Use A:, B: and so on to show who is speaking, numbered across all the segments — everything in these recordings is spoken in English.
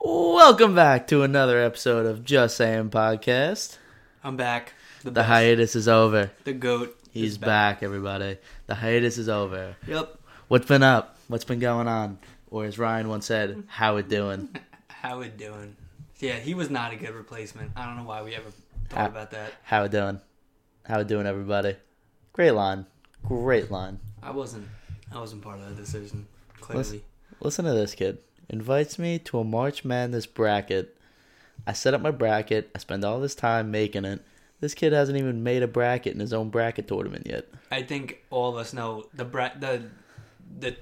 A: Welcome back to another episode of Just Saying Podcast.
B: I'm back.
A: The
B: best.
A: hiatus is over.
B: The goat. is
A: He's back. everybody. The hiatus is over.
B: Yep.
A: What's been up? What's been going on? Or as Ryan once said, how it doing?
B: How it doing? Yeah, he was not a good replacement. I don't know why we ever thought
A: Ah.
B: about that.
A: How it doing? How it doing, everybody? Great line. Great line.
B: I wasn't. I wasn't part of that decision. Clearly.
A: Listen to this kid. Invites me to a March Madness bracket. I set up my bracket. I spend all this time making it. This kid hasn't even made a bracket in his own bracket tournament yet.
B: I think all of us know the bra- the the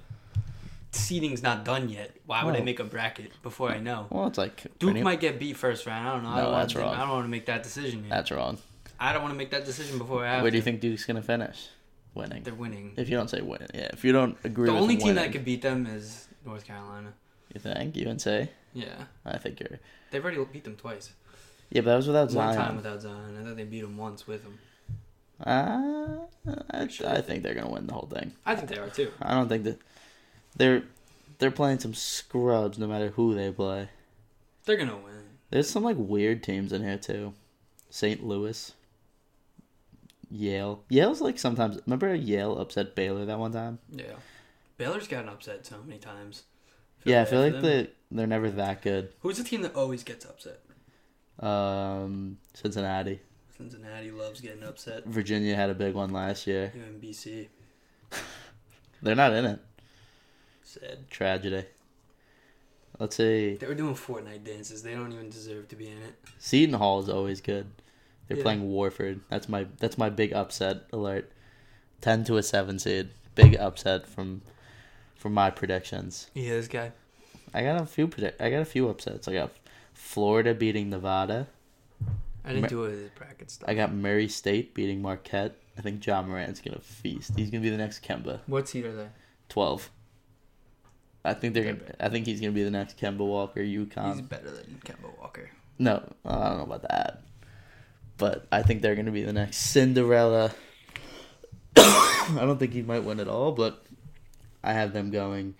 B: seating's not done yet. Why would I
A: No.
B: make a bracket before I know?
A: Well, it's like
B: Duke
A: pretty-
B: might get beat first round. I don't know. I
A: No,
B: don't wanna
A: that's
B: think-
A: wrong.
B: I don't want to make that decision. Yet.
A: That's wrong.
B: I don't want to make that decision before I have.
A: Where do you
B: to.
A: think Duke's gonna finish? Winning.
B: they're winning?
A: If you don't say win, yeah. If you don't agree
B: The
A: with
B: only team
A: winning,
B: that could beat them is North Carolina.
A: you think UNC.
B: Yeah,
A: I think you're.
B: they've already beat them twice.
A: Yeah, but that was without
B: One
A: Zion.
B: time without Zion. I thought they beat him once with him.
A: Uh, I, I think they're gonna win the whole thing.
B: I think they are too.
A: I don't think that they're they're playing some scrubs no matter who they play.
B: They're gonna win.
A: There's some like weird teams in here too. St. Louis. Yale. Yale's like sometimes. Remember Yale upset Baylor that one time?
B: Yeah. Baylor's gotten upset so many times.
A: yeah, I feel
B: bad
A: like
B: for them.
A: they they're never that good.
B: Who's the team that always gets upset?
A: Um, Cincinnati.
B: Cincinnati loves getting upset.
A: Virginia had a big one last year.
B: UMBC
A: They're not in it.
B: said
A: Tragedy. Let's see.
B: they were doing Fortnite dances. They don't even deserve to be in it.
A: Seton Hall is always good. They're
B: Yeah.
A: playing Warford. That's my that's my big upset alert. Ten to a seven seed. Big upset from from my predictions.
B: Yeah, this guy.
A: I got a few predict- I got a few upsets. I got Florida beating Nevada.
B: I didn't
A: Ma-
B: do his bracket stuff.
A: I got Murray State beating Marquette. I think John Morant's gonna feast. He's gonna be the next Kemba.
B: What seed are they?
A: Twelve. I think they're gonna. I think he's gonna be the next Kemba Walker. UConn.
B: He's better than Kemba Walker.
A: No, I don't know about that. But I think they're going to be the next Cinderella. I don't think he might win at all, but I have them going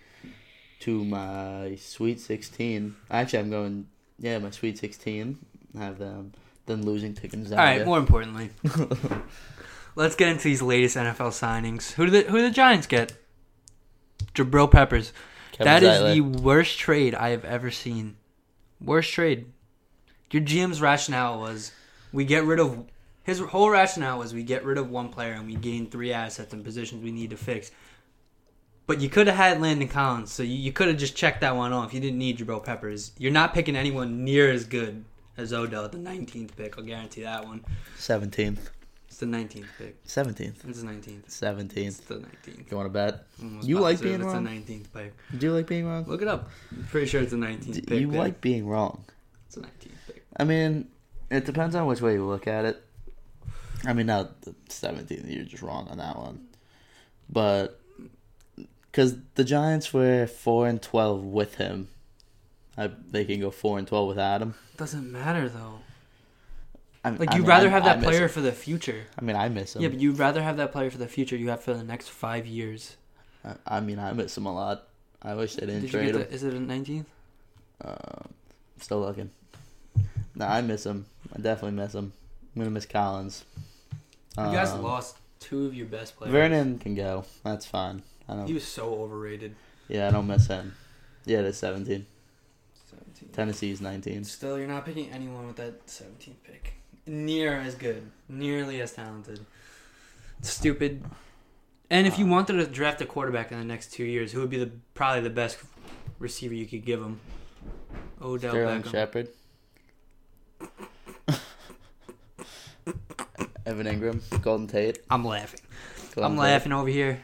A: to my Sweet 16. Actually, I'm going, yeah, my Sweet 16. I have them then losing to Gonzaga.
B: All right. More importantly, let's get into these latest NFL signings. Who did the, who did the Giants get? Jabril Peppers.
A: Kevin
B: That is
A: Zeitler.
B: the worst trade I have ever seen. Worst trade. Your GM's rationale was we get rid of his whole rationale was we get rid of one player and we gain three assets and positions we need to fix. But you could have had Landon Collins, so you, you could have just checked that one off. You didn't need Jabril Peppers. You're not picking anyone near as good as Odell, at the 19th pick. I'll guarantee that one.
A: 17th.
B: It's the 19th pick.
A: 17th.
B: It's the 19th.
A: 17th.
B: It's the 19th.
A: You want to bet?
B: Almost
A: You like
B: positive
A: being
B: it's
A: wrong?
B: the 19th pick.
A: Do you like being wrong?
B: Look it up. I'm pretty sure it's the 19th pick.
A: you
B: dude.
A: like being wrong.
B: It's a 19 pick.
A: I mean, it depends on which way you look at it. I mean, not the 17th, you're just wrong on that one. But because the Giants were 4 and 12 with him, I, they can go 4 and 12 without him.
B: Doesn't matter though.
A: I,
B: Like
A: I
B: you'd
A: mean,
B: rather
A: I-
B: have
A: I
B: that
A: miss
B: player
A: him.
B: for the future.
A: I mean, I miss him.
B: Yeah, but you'd rather have that player for the future. You have for the next five years.
A: I, I mean, I miss him a lot. I wish they didn't
B: Did you
A: trade
B: get
A: him.
B: the, is it a nineteenth?
A: Uh, still looking. No, I miss him. I definitely miss him. I'm going to miss Collins.
B: you guys
A: Um,
B: lost two of your best players.
A: Vernon can go. That's fine. I don't
B: He was so overrated.
A: Yeah, I don't miss him. Yeah, it is 17.
B: Seventeen.
A: Tennessee's 19.
B: Still, you're not picking anyone with that seventeenth pick. Near as good, nearly as talented. Stupid. And
A: Uh,
B: if you wanted to draft a quarterback in the next two years, who would be the probably the best receiver you could give him? Odell
A: Sterling
B: Beckham.
A: Shepard. Evan Ingram. Golden Tate.
B: I'm laughing.
A: Golden
B: I'm
A: Tate.
B: laughing over here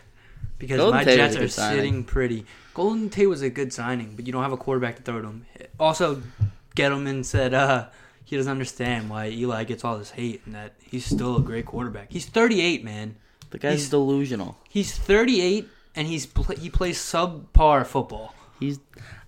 B: because
A: Golden
B: my
A: Tate was
B: Jets
A: a good
B: are
A: signing.
B: sitting pretty. Golden Tate was a good signing, but you don't have a quarterback to throw to him. Also, Gettleman said uh, he doesn't understand why Eli gets all this hate and that he's still a great quarterback. He's 38, man.
A: The guy's
B: He's-
A: delusional.
B: He's 38 and he's pl- he plays subpar football.
A: He's.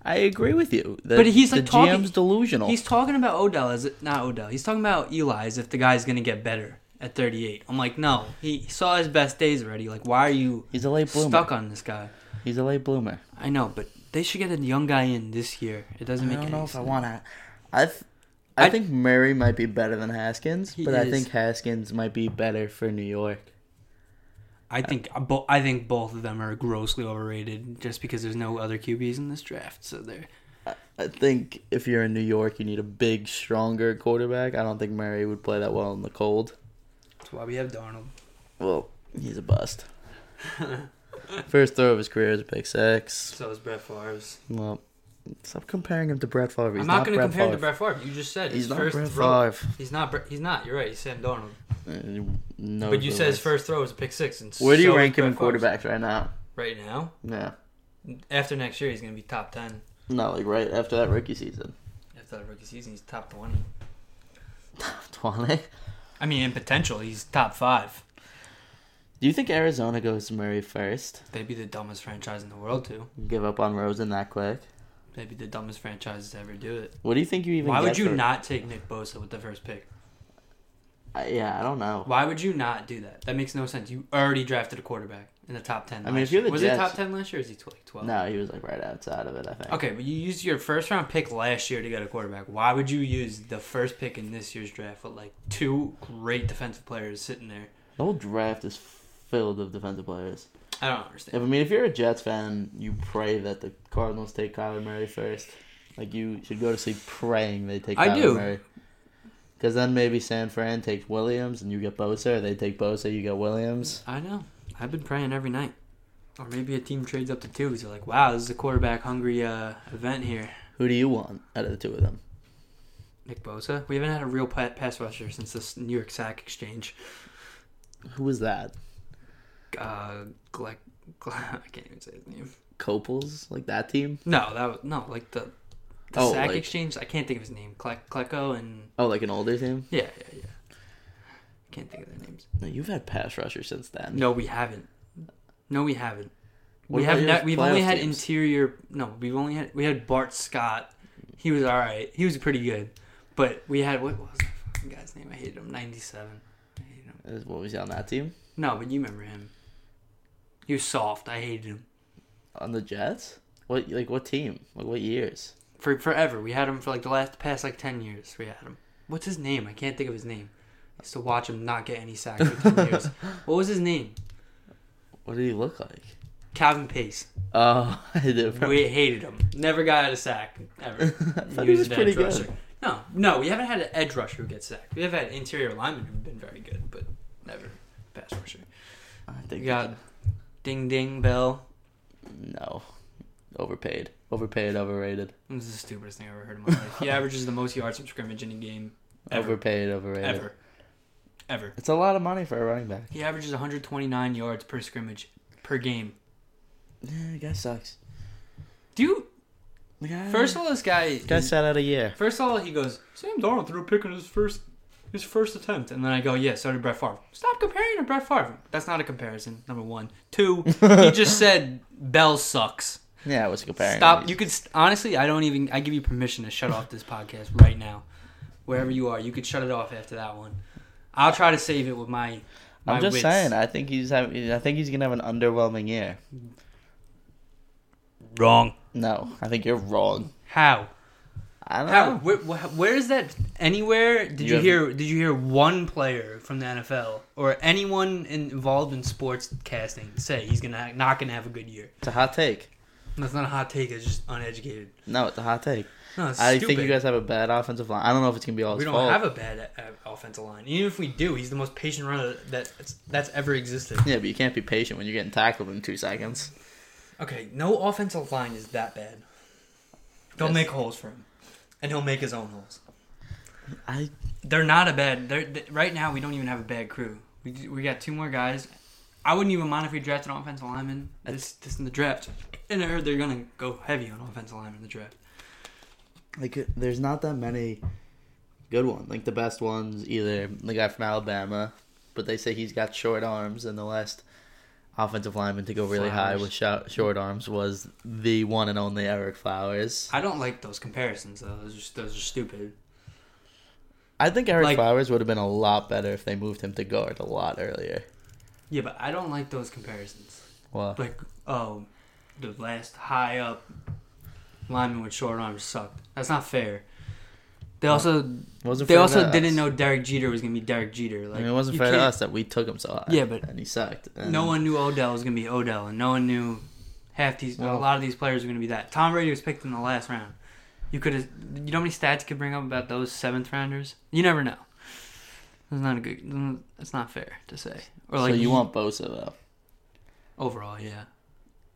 A: I agree with you. The,
B: But he's, like,
A: the
B: talking-
A: GM's delusional.
B: He's talking about Odell as if, not Odell. He's talking about Eli as if the guy's gonna get better at 38. I'm like, no, he saw his best days already. Like, why are you
A: He's a late bloomer.
B: stuck on this guy?
A: He's a late bloomer.
B: I know, but they should get a young guy in this year. It doesn't
A: I
B: make
A: don't
B: any
A: know if I
B: sense.
A: want to. I th- I
B: I-
A: think Murray might be better than Haskins,
B: He
A: but I
B: is.
A: think Haskins might be better for New York.
B: I think uh, bo- I think both of them are grossly overrated just because there's no other QBs in this draft. So they're
A: I think if you're in New York, you need a big, stronger quarterback. I don't think Murray would play that well in the cold.
B: that's why we have Darnold.
A: Well, he's a bust. First throw of his career is a pick six.
B: So is Brett Favre's.
A: Well, stop comparing him to Brett Favre. He's
B: I'm not, going to
A: Brett
B: compare him
A: Favre.
B: to Brett Favre. You just said
A: He's
B: his
A: not
B: first
A: Brett
B: throw.
A: Favre.
B: He's not. Brett- He's not. You're right. He's Sam Darnold.
A: Uh, No
B: but you said his
A: relation.
B: first throw was a pick six. And
A: Where do you
B: so is
A: rank him
B: Brett
A: in
B: Favre's.
A: quarterbacks right now?
B: right now?
A: Yeah.
B: After next year, he's going to be top ten.
A: Not like right after that rookie season.
B: After that rookie season, he's top twenty.
A: 20.
B: I mean, in potential, he's top five.
A: Do you think Arizona goes Murray first?
B: They'd be the dumbest franchise in the world to.
A: Give up on Rosen that quick?
B: They'd be the dumbest franchise to ever do it.
A: What do you think you even
B: Why would
A: get
B: you
A: for-
B: not take Nick Bosa with the first pick?
A: I- yeah, I don't know.
B: Why would you not do that? That makes no sense. You already drafted a quarterback in the top ten.
A: I mean,
B: last
A: if you're
B: year.
A: the
B: was
A: Jets-
B: it top ten last year? Or is he tw- like twelve?
A: No, he was like right outside of it, I think.
B: Okay, but you used your first round pick last year to get a quarterback. Why would you use the first pick in this year's draft with like two great defensive players sitting there?
A: The whole draft is filled of defensive players.
B: I don't
A: If, I
B: understand.
A: mean, if you're a Jets fan, you pray that the Cardinals take Kyler Murray first. Like, you should go to sleep praying they take
B: I
A: Kyler
B: do.
A: Murray. Because then maybe San Fran takes Williams and you get Bosa, or they take Bosa, you get Williams.
B: I know. I've been praying every night. Or maybe a team trades up to two because they're like, wow, this is a quarterback hungry uh, event here.
A: Who do you want out of the two of them?
B: Nick Bosa. We haven't had a real pa- pass rusher since this New York Sack exchange.
A: Who was that?
B: Uh, Gle- Gle- I can't even say his name.
A: Copels? Like that team?
B: No, that was no like the the
A: Oh,
B: sack
A: like-
B: exchange. I can't think of his name. Cle- Klecko and
A: Oh, like an older team?
B: yeah, yeah, yeah. Can't think of their names.
A: No, you've had pass rushers since then.
B: No, we haven't. No, we haven't.
A: What
B: we
A: about
B: have
A: your
B: ne- we've only
A: playoff
B: had
A: teams?
B: interior. No, we've only had we had Bart Scott. He was all right. He was pretty good, but we had what was the fucking guy's name? I hated him. Ninety seven. I hated him.
A: Is- What was he on that team?
B: No, but you remember him. He was soft. I hated him
A: On the Jets? What like what team? Like what years?
B: for forever. We had him for like the last past like ten years. We had him. What's his name? I can't think of his name. I used to watch him not get any sacks for ten years. What was his name?
A: What did he look like?
B: Calvin Pace.
A: Oh, I did.
B: We hated him. Never got a sack ever.
A: thought he was
B: an
A: pretty
B: edge
A: good.
B: rusher. No, no, we haven't had an edge rusher who gets sacked. We have had interior linemen who've been very good, but never pass rusher.
A: I
B: We
A: think
B: got Ding Ding Bell.
A: no. Overpaid. Overpaid, overrated.
B: This is the stupidest thing I've ever heard in my life. He averages the most yards from scrimmage in a game ever,
A: Overpaid, overrated.
B: ever, ever.
A: It's a lot of money for a running back.
B: He averages 129 yards per scrimmage per game.
A: Yeah, the guy sucks.
B: Dude,
A: The guy,
B: first of all, this guy.
A: Uh, guy sat out a year.
B: First of all, he goes, Sam Darnold threw a pick in his first his first attempt, and then I go, yeah, so did Brett Favre. Stop comparing to Brett Favre. That's not a comparison. Number one, two. he just said Bell sucks.
A: Yeah, I was comparing.
B: Stop.
A: these.
B: You could st- honestly, I don't even. I give you permission to shut off this podcast right now, wherever you are. You could shut it off after that one. I'll try to save it with my. my
A: I'm just
B: wits.
A: saying. I think he's having. I think he's gonna have an underwhelming year.
B: Wrong.
A: No, I think you're wrong.
B: How?
A: I don't
B: How?
A: know.
B: Where, wh- where is that? Anywhere? Did
A: You
B: Oh. you,
A: have-
B: hear? Did you hear one player from the NFL or anyone in, involved in sports casting say he's gonna not gonna have a good year?
A: It's a hot take.
B: That's not a hot take. It's just uneducated.
A: No, it's a hot take.
B: No, it's
A: I
B: stupid.
A: think you guys have a bad offensive line. I don't know if it's gonna be all
B: we
A: his
B: don't
A: fault.
B: have a bad uh, offensive line. Even if we do, he's the most patient runner that that's, that's ever existed.
A: yeah, but you can't be patient when you're getting tackled in two seconds.
B: Okay, no offensive line is that bad. They'll
A: Yes.
B: make holes for him, and he'll make his own holes.
A: I
B: They're not a bad. They're th right now. We don't even have a bad crew. We d- we got two more guys. I wouldn't even mind if we drafted an offensive lineman this this in the draft. And I heard they're gonna go heavy on offensive lineman in the draft.
A: like. There's not that many good ones. Like the best ones, either the guy from Alabama, but they say he's got short arms, and the last offensive lineman to go really high
B: Flowers.
A: with shou- short arms was the one and only Eric Flowers.
B: I don't like those comparisons though. Those are just, those are stupid.
A: I think Eric
B: Like-
A: Flowers would have been a lot better if they moved him to guard a lot earlier.
B: Yeah, but I don't like those comparisons.
A: Well,
B: Like oh, the last high up lineman with short arms sucked. That's not fair. They also
A: Wasn't
B: they
A: fair
B: also
A: to
B: didn't
A: us.
B: know Derek Jeter was gonna be Derek Jeter. Like
A: I mean, it wasn't
B: you
A: fair to
B: can't-
A: us that we took him so high.
B: Yeah, but
A: and he sucked. And
B: No one knew Odell was gonna be Odell, and no one knew half these. a
A: Well-
B: lot of these players were gonna be that. Tom Brady was picked in the last round. You could have. You know how many stats you could bring up about those seventh rounders? You never know. It's not a good. It's not fair to say. Or like
A: so you want Bosa though?
B: overall, yeah.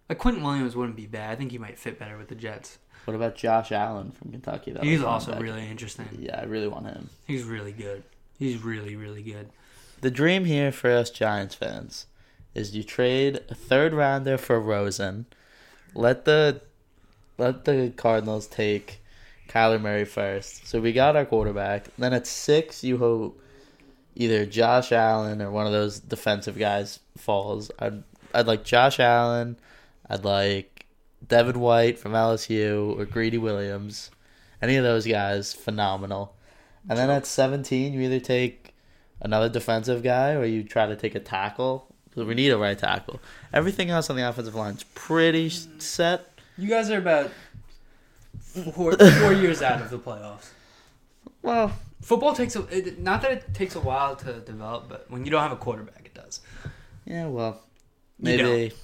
B: Like Quentin Williams wouldn't be bad. I think he might fit better with the Jets.
A: What about Josh Allen from Kentucky? That
B: He's
A: was
B: also
A: back.
B: really interesting.
A: Yeah, I really want him.
B: He's really good. He's really really good.
A: The dream here for us Giants fans is you trade a third rounder for Rosen, let the let the Cardinals take Kyler Murray first. So we got our quarterback. Then at six, you hope either Josh Allen or one of those defensive guys falls. I'd I'd like Josh Allen. I'd like Devin White from LSU or Greedy Williams. Any of those guys, phenomenal. And then at seventeen, you either take another defensive guy or you try to take a tackle. 'Cause We need a right tackle. Everything else on the offensive line is pretty s- set.
B: You guys are about four, four years out of the playoffs.
A: Well,
B: Football takes a it, not that it takes a while to develop, but when you don't have a quarterback, it does.
A: yeah, well,
B: You don't.
A: maybe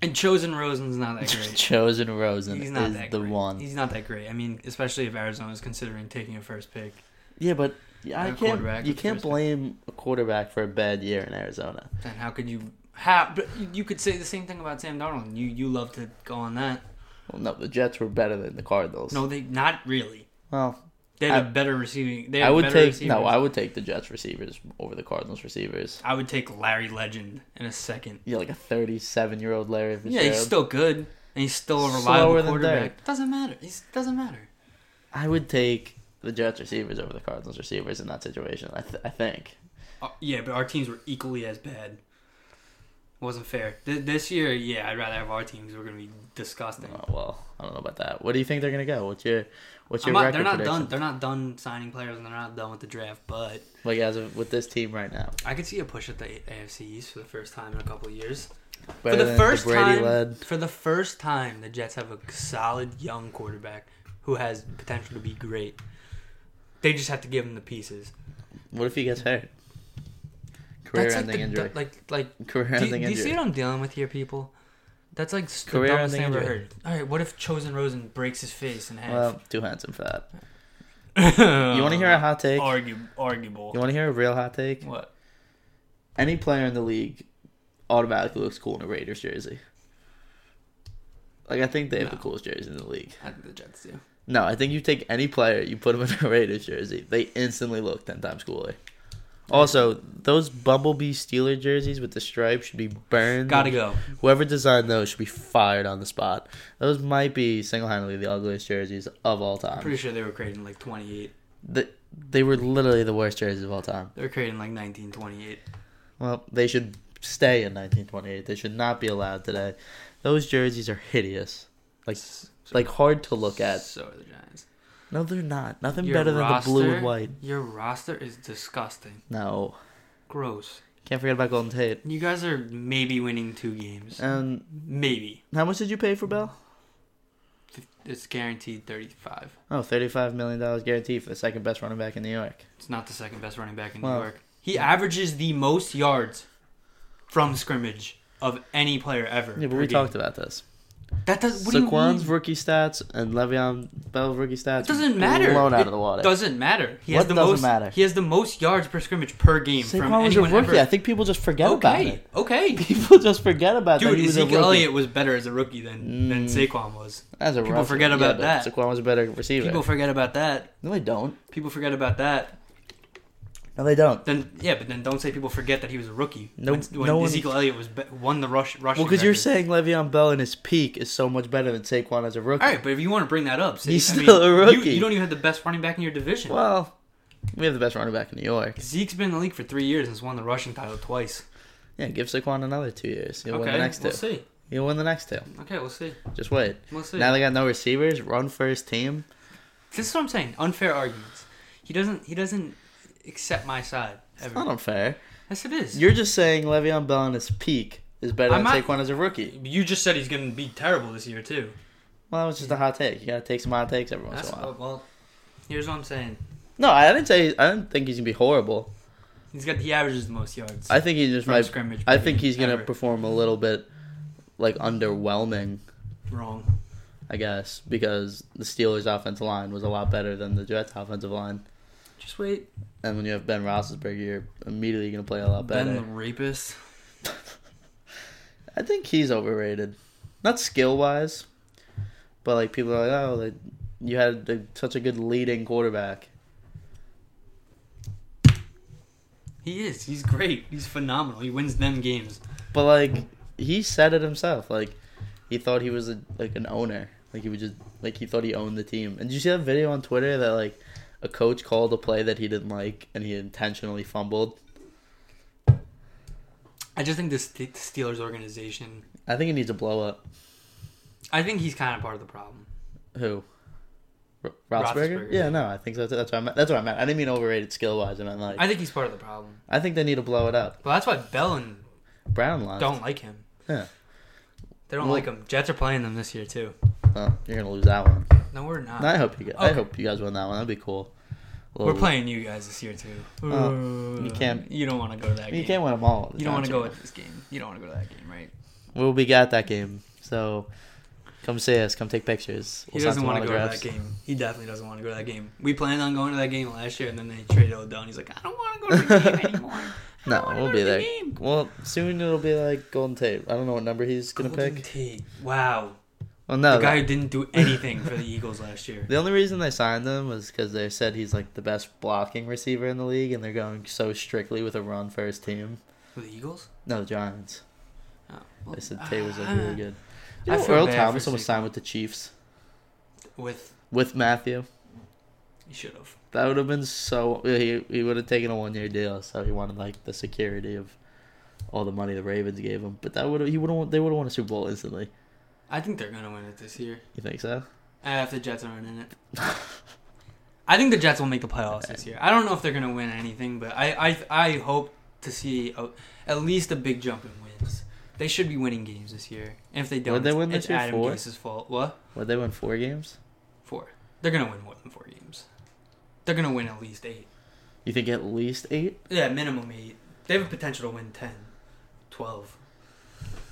B: And chosen Rosen's not that great.
A: chosen Rosen
B: He's not
A: is
B: that
A: the
B: great.
A: one.
B: He's not that great. I mean, especially if Arizona's considering taking a first pick.
A: yeah, but yeah, I
B: And a
A: can't.
B: quarterback
A: You
B: with
A: can't
B: first pick.
A: blame a quarterback for a bad year in Arizona.
B: Then how could you? How? But you- you could say the same thing about Sam Darnold. You you love to go on that.
A: Well, no, the Jets were better than the Cardinals.
B: No, they not really.
A: well,
B: They had
A: I-
B: a better receiving. They had
A: I would
B: better
A: take
B: receivers.
A: no. I would take the Jets receivers over the Cardinals receivers.
B: I would take Larry Legend in a second.
A: Yeah, like a thirty-seven-year-old Larry
B: Yeah,
A: Fitzgerald.
B: he's still good, and he's still a
A: Slower
B: reliable
A: than Derek.
B: quarterback. Doesn't matter. It doesn't matter.
A: I would take the Jets receivers over the Cardinals receivers in that situation. I, th- I think.
B: Uh, yeah, but our teams were equally as bad. Wasn't fair. Th- this year, yeah, I'd rather have our teams. We're gonna be disgusting.
A: Oh, well, I don't know about that. What do you think they're gonna go? What's your what's
B: I'm
A: your
B: not-
A: record
B: they're not
A: prediction?
B: done. They're not done signing players, and they're not done with the draft. But
A: Like as of with this team right now,
B: I could see a push at the AFC East for the first time in a couple of years.
A: Better
B: for
A: than
B: the first
A: Brady
B: time,
A: led.
B: for the first time, the Jets have a solid young quarterback who has potential to be great. They just have to give him the pieces.
A: What if he gets hurt? Career-ending
B: like the-
A: injury.
B: that- like like Do,
A: Career-ending
B: do you see
A: injury.
B: what I'm dealing with here, people? That's like s- the
A: Career
B: dumbest
A: ending
B: thing I've ever
A: injury.
B: heard. All right, what if Chosen Rosen breaks his face in half?
A: Well, too handsome for that. You want to hear a hot take?
B: Argu- arguable.
A: You want to hear a real hot take?
B: what?
A: Any player in the league automatically looks cool in a Raiders jersey. Like I think they have the
B: No.
A: coolest jersey in the league.
B: I think the Jets do.
A: No, I think you take any player, you put them in a Raiders jersey, they instantly look ten times cooler. Also, those Bumblebee Steeler jerseys with the stripes should be burned.
B: Gotta go.
A: Whoever designed those should be fired on the spot. Those might be single-handedly the ugliest jerseys of all
B: I'm
A: time.
B: pretty sure they were created in like 28.
A: Th- they were literally the worst jerseys of all time.
B: They were created in like 1928.
A: Well, they should stay in 1928. They should not be allowed today. Those jerseys are hideous. Like like hard to look at.
B: So are the Giants.
A: No, they're not. Nothing
B: Your
A: better
B: roster-
A: than the blue and white.
B: Your roster is disgusting.
A: No.
B: Gross.
A: Can't forget about Golden Tate.
B: You guys are maybe winning two games.
A: And
B: maybe.
A: how much did you pay for Bell?
B: It's guaranteed 35.
A: Oh, $35 million guaranteed for the second best running back in New York.
B: It's not the second best running back in
A: Well-
B: New York. He averages the most yards from scrimmage of any player ever.
A: Yeah, but
B: per
A: we
B: game.
A: talked about this.
B: That does. What
A: Saquon's
B: do you mean?
A: rookie stats and Le'Veon Bell's rookie stats
B: It doesn't matter.
A: blown out
B: It
A: of the water.
B: Doesn't matter. He
A: What
B: has the
A: doesn't
B: most.
A: matter?
B: He has the most yards per scrimmage per game from
A: Saquon was a
B: anyone
A: rookie. I
B: ever.
A: think people just forget about
B: Okay.
A: it.
B: Okay.
A: People just forget about that
B: Dude,
A: he was a
B: Ezekiel
A: rookie.
B: Elliott was better as a rookie than than
A: Mm.
B: Saquon was.
A: That's a
B: People
A: rough
B: forget
A: one.
B: about
A: Yeah, but
B: that.
A: Saquon was a better receiver.
B: People forget about that.
A: no, they don't.
B: People forget about that.
A: No, they don't.
B: Then yeah, but then don't say people forget that he was a rookie.
A: No-
B: when, when
A: no one-
B: Ezekiel Elliott was be- won the rush rushing.
A: Well, because you're
B: record.
A: saying Le'Veon Bell in his peak is so much better than Saquon as a rookie.
B: All right, but if you want to bring that up, say,
A: He's
B: I mean,
A: still a rookie.
B: You, you don't even have the best running back in your division.
A: Well, we have the best running back in New York.
B: Zeke's been in the league for three years and has won the rushing title twice.
A: Yeah, give Saquon another two years. He'll
B: okay,
A: win the next 2
B: we'll see.
A: He'll win the next two.
B: Okay, we'll see.
A: Just wait.
B: We'll see.
A: Now they got no receivers. Run first team.
B: this is what I'm saying. Unfair arguments. He doesn't. He doesn't accept my side
A: It's
B: ever.
A: not unfair.
B: Yes, it is.
A: You're just saying Le'Veon Bell in his peak is better
B: I'm
A: than
B: not-
A: Saquon as a rookie.
B: you just said he's going to be terrible this year too.
A: Well, that was just a hot take. You gotta take some hot takes every once
B: That's
A: in a while.
B: well. Here's what I'm saying.
A: No, I didn't say. I didn't think he's gonna be horrible.
B: He's got the averages the most yards.
A: I think he just
B: from
A: might.
B: scrimmage.
A: I
B: period,
A: think he's gonna
B: ever.
A: perform a little bit like underwhelming,
B: wrong.
A: I guess, because the Steelers' offensive line was a lot better than the Jets' offensive line.
B: Just wait.
A: And when you have Ben Roethlisberger, you're immediately gonna play a lot better.
B: Ben the rapist.
A: I think he's overrated. Not skill wise, but like people are like, oh, like, you had a, such a good leading quarterback.
B: He is. He's great. He's phenomenal. He wins them games.
A: But like he said it himself, like he thought he was a, like an owner, like he would just like he thought he owned the team. And did you see that video on Twitter that like a coach called a play that he didn't like and he intentionally fumbled?
B: I just think this the Steelers organization.
A: I think he needs a blow up.
B: I think he's kind of part of the problem.
A: Who? R- Roethlisberger?
B: Roethlisberger.
A: Yeah, no, I think that's that's what I meant. That's what I meant. I didn't mean overrated skill wise. I meant like
B: I think he's part of the problem.
A: I think they need to blow it up.
B: Well, that's why Bell and
A: Brown line.
B: don't like him.
A: Yeah.
B: They don't
A: Well-
B: like him. Jets are playing them this year too.
A: Oh, you're gonna lose that one.
B: No, we're not.
A: And I hope you. Guys, I
B: Okay.
A: hope you guys win that one. That'd be cool.
B: We're playing you guys this year too.
A: Oh, you can't-
B: You don't want to go to that
A: You
B: game.
A: can't win them all.
B: you don't want to go
A: with.
B: with this game. You don't want to go to that game, right?
A: Well, we got that game. So come see us. Come take pictures.
B: He
A: We'll sign
B: doesn't
A: some
B: want to go to that
A: autographs.
B: game. He definitely doesn't want to go to that game. We planned on going to that game last year, and then they traded Odell. And he's like, I don't want to go to the game anymore. I don't
A: No,
B: wanna
A: we'll
B: go
A: be
B: to the
A: there.
B: game."
A: Well, soon it'll be like Golden Tate. I don't know what number he's gonna
B: Golden
A: pick.
B: Tate. Wow,
A: Well, no,
B: the
A: the,
B: guy who didn't do anything for the Eagles last year.
A: the only reason they signed him was because they said he's like the best blocking receiver in the league, and they're going so strictly with a run first team.
B: For the Eagles?
A: No, the Giants.
B: Oh,
A: They said
B: well, uh,
A: Tate was like
B: I-
A: really good. You
B: I
A: know,
B: feel
A: Earl
B: bad for
A: Thomas almost
B: Saquon.
A: signed with the Chiefs
B: With
A: with Matthew.
B: you should have.
A: That would have been so. He he would have taken a one year deal, so he wanted like the security of all the money the Ravens gave him. But that would he would have they would have won a Super Bowl instantly.
B: I think they're gonna win it this year.
A: You think so?
B: Uh, if the Jets aren't in it. I think the Jets will make the playoffs this year. I don't know if they're going to win anything, but I, I I hope to see a, at least a big jump in wins. They should be winning games this year. And if they don't,
A: Would they
B: it's-
A: win this
B: it's
A: year?
B: Adam
A: Four?
B: Gase's fault. What?
A: Would they win four games?
B: Four. They're going to win more than four games. They're going to win at least eight.
A: You think at least eight?
B: Yeah, minimum eight. They have a potential to win 10, 12.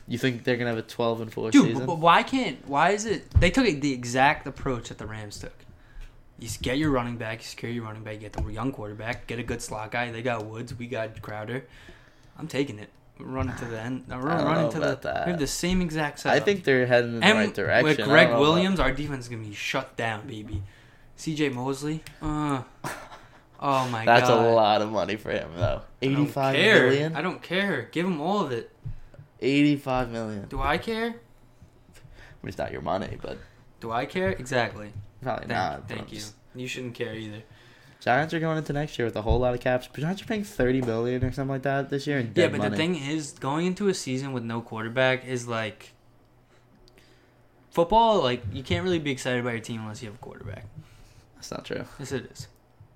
A: You think they're gonna have a twelve and four
B: Dude,
A: season?
B: but, but why can't? Why is it? They took it the exact approach that the Rams took. You s- get your running back, you secure your running back, you get the young quarterback, get a good slot guy. They got Woods, we got Crowder. I'm taking it. We're running to the end. We're
A: I don't
B: running
A: know
B: to the.
A: about that.
B: We have the same exact
A: I
B: setup.
A: think they're heading in the
B: and
A: right direction. I
B: With
A: don't
B: Greg
A: know
B: Williams, our defense is gonna be shut down, baby. C.J. Mosley. Uh, oh my
A: about- That's
B: god.
A: a lot of money for him though.
B: I don't
A: Eighty-five
B: care.
A: million.
B: I don't care. Give him all of it.
A: Eighty-five million.
B: Do I care?
A: I mean, it's not your money, but
B: Do I care? Exactly.
A: probably
B: Thank,
A: not. but I'm
B: thank you.
A: just-
B: You shouldn't care either.
A: Giants are going into next year with a whole lot of caps. But Giants are paying thirty million or something like that this year. In dead
B: Yeah, but
A: money.
B: the thing is, going into a season with no quarterback is like football. Like you can't really be excited about your team unless you have a quarterback.
A: that's not true.
B: Yes, it is.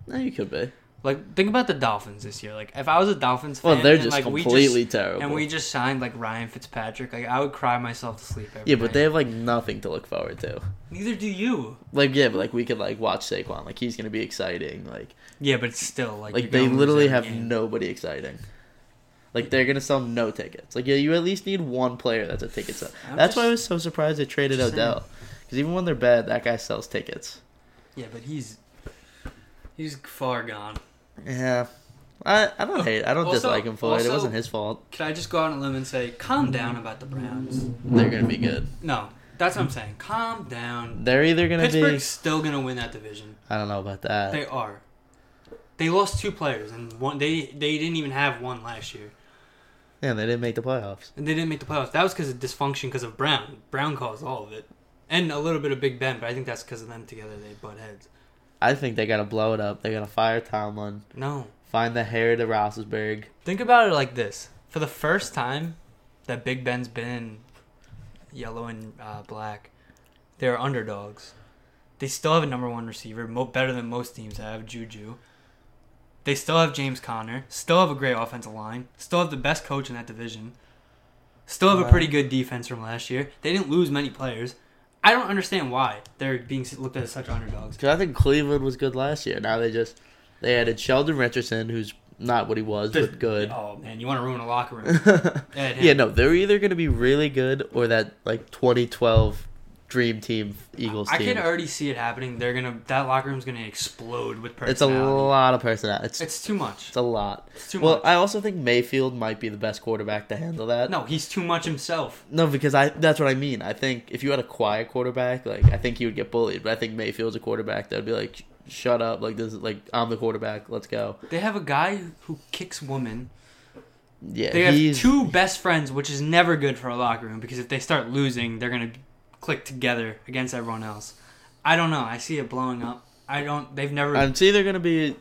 A: No, you could be.
B: Like think about the Dolphins this year. Like if I was a Dolphins fan,
A: Well, they're
B: and,
A: just
B: like, we
A: completely terrible.
B: and we just signed like Ryan Fitzpatrick. Like I would cry myself to sleep. Every
A: yeah, but they
B: night.
A: have like nothing to look forward to.
B: neither do you.
A: Like yeah, but like we could like watch Saquon. Like he's gonna be exciting. Like
B: Yeah, but it's still like
A: like,
B: you're
A: they
B: gonna lose
A: literally
B: every
A: have
B: game.
A: nobody exciting. Like they're gonna sell no tickets. Like yeah, you at least need one player that's a ticket sell.
B: I'm
A: That's
B: just-
A: why I was so surprised they traded
B: just saying.
A: Odell. Because even when they're bad, that guy sells tickets.
B: Yeah, but he's he's far gone.
A: Yeah, I I don't hate. I don't
B: Also-
A: dislike him for it. It
B: also-
A: wasn't his fault.
B: Can I just go out on a limb and say, calm down about the Browns?
A: They're gonna be good.
B: No, that's what I'm saying. Calm down.
A: They're either gonna
B: Pittsburgh's still gonna win that division.
A: be. I don't know about that.
B: They are. They lost two players, and one they they didn't even have one last year,
A: yeah, they didn't make the playoffs.
B: and they didn't make the playoffs. That was because of dysfunction, because of Brown. Brown caused all of it, and a little bit of Big Ben, but I think that's because of them together. They butt heads.
A: I think they gotta blow it up. They gotta fire Tomlin.
B: No,
A: Find the hair to Roethlisberger.
B: think about it like this: for the first time that Big Ben's been yellow and uh, black, they're underdogs. They still have a number one receiver, mo- better than most teams have, Juju. They still have James Conner, still have a great offensive line, still have the best coach in that division, still have a
A: Wow.
B: pretty good defense from last year. They didn't lose many players. I don't understand why they're being s- looked at as such underdogs.
A: Because I think Cleveland was good last year. Now they just They added Sheldon Richardson, who's not what he was, but good.
B: Oh man, you want to ruin a locker room? Ed,
A: yeah, no, they're either going to be really good or that like 2012 dream team Eagles
B: I
A: team.
B: can already see it happening. They're gonna that locker room's gonna explode with
A: it's a
B: personality.
A: lot of personality. It's, it's,
B: It's too much.
A: a lot.
B: It's too
A: well,
B: much.
A: I also think Mayfield might be the best quarterback to handle that.
B: No, he's too much himself.
A: No, because I that's what I mean. I think if you had a quiet quarterback, like I think he would get bullied, but I think Mayfield's a quarterback that would be like shut up, like this is like I'm the quarterback, let's go.
B: They have a guy who kicks women.
A: Yeah,
B: They have
A: he's
B: two best friends, which is never good for a locker room because if they start losing, they're gonna click together against everyone else. I don't know. I see it blowing up. I don't. They've never.
A: I'm- It's either gonna be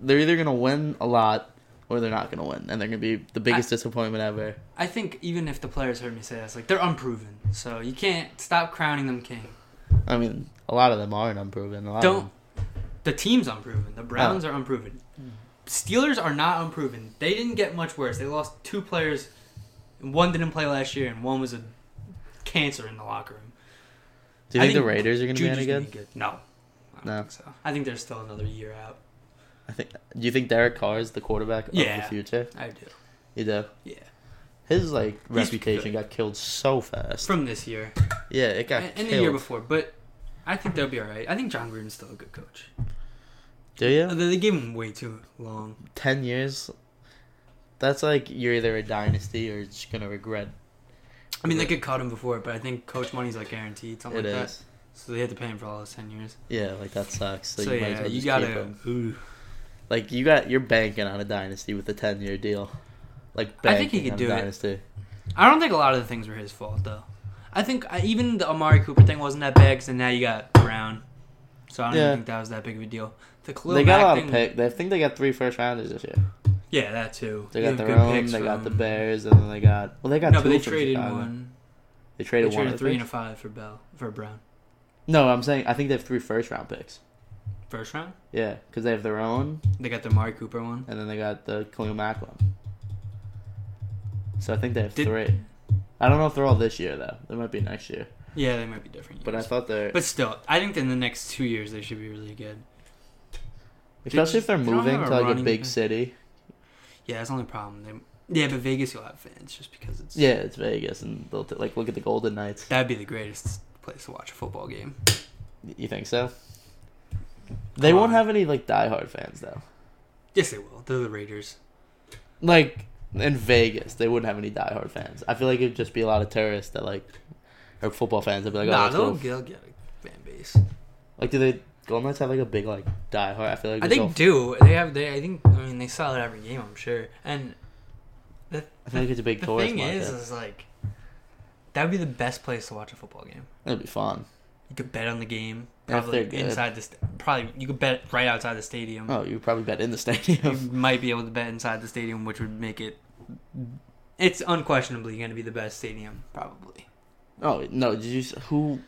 A: they're either gonna win a lot or they're not gonna win, and they're gonna be the biggest disappointment ever.
B: I think even if the players heard me say this, like they're unproven, so you can't stop crowning them king.
A: I mean, a lot of them aren't unproven. A lot of
B: Don't.
A: them-
B: Um, The team's unproven. The Browns
A: Oh.
B: are unproven. Steelers are not unproven. They didn't get much worse. They lost two players. One didn't play last year, and one was a cancer in the locker room.
A: do you
B: I
A: think, the
B: think
A: Raiders are gonna
B: Juju's
A: be any
B: gonna
A: good?
B: be good. No. I don't
A: No.
B: think so. I think there's still another year out.
A: I think. Do you think Derek Carr is the quarterback of
B: Yeah.
A: the future?
B: I do.
A: You do.
B: Yeah.
A: His like reputation
B: good.
A: got killed so fast.
B: From this year.
A: yeah, it got
B: and,
A: killed.
B: and the year before. But I think they'll be all right. I think John Gruden's still a good coach.
A: Do you?
B: They they gave him way too long.
A: 10 years that's like you're either a dynasty or just gonna regret
B: I mean, they could cut him before, but I think coach money's like guaranteed,
A: it
B: something
A: is.
B: like that. So they had to pay him for all those 10 years.
A: yeah like that sucks
B: So,
A: so, you might as
B: yeah,
A: well
B: you
A: just keep
B: gotta.
A: it.
B: Ooh.
A: like you got you're banking on a dynasty with a 10 year deal like banking
B: I think he could
A: on
B: do
A: a
B: it.
A: dynasty
B: I don't think a lot of the things were his fault, though. I think I, even the Amari Cooper thing wasn't that bad, 'cause then now you got Brown. So I don't
A: Yeah.
B: even think that was that big of a deal. The Khalil
A: they got
B: Mack
A: a lot
B: thing,
A: of pick they I think they got three first rounders this year
B: Yeah, that too.
A: they
B: You
A: got
B: have
A: their
B: good
A: own
B: picks
A: they got
B: from-
A: the bears and then they got well they got
B: no,
A: two
B: but they
A: from
B: traded
A: Chicago.
B: one.
A: they
B: They
A: traded,
B: traded
A: one
B: three and a
A: a
B: five for Bell for Brown.
A: no I'm saying I think they have three first round picks
B: First round,
A: yeah because they have their own
B: they got the Amari Cooper one.
A: and then they got the Khalil Mack one. So I think they have
B: Did-
A: three. I don't know if they're all this year though. They might be next year.
B: Yeah, they might be different.
A: But I
B: years.
A: thought they're
B: but still, I think in the next two years they should be really good.
A: especially if they're
B: they don't
A: moving
B: have
A: to
B: a
A: like a
B: running
A: big
B: back.
A: city.
B: Yeah, that's the only problem. They, yeah, but Vegas will have fans just because it's.
A: Yeah, it's Vegas, and they'll t- like look at the Golden Knights.
B: That'd be the greatest place to watch a football game.
A: You think so? They
B: Come
A: won't
B: on.
A: have any like diehard fans though.
B: Yes, they will. They're the Raiders.
A: Like in Vegas, they wouldn't have any diehard fans. I feel like it'd just be a lot of tourists that like or football fans. That'd be like, oh,
B: nah,
A: that's
B: they'll,
A: cool.
B: they'll get a fan base.
A: Like, do they Golden Knights have like a big like diehard? I feel like
B: I
A: there's
B: think
A: no-
B: do they have? They I think I mean they sell it every game. I'm sure. And the,
A: I feel like it's a big
B: the
A: tourist
B: thing is,
A: market.
B: is like that would be the best place to watch a football game.
A: It'd be fun.
B: You could bet on the game.
A: Yeah, if
B: Probably
A: they're good.
B: inside the st- probably you could bet right outside the stadium.
A: uh, Oh, you probably bet in the
B: You
A: stadium.
B: might be able to bet inside the stadium, which would make it. It's unquestionably going to be the best stadium, probably.
A: oh no, did you? s- Who?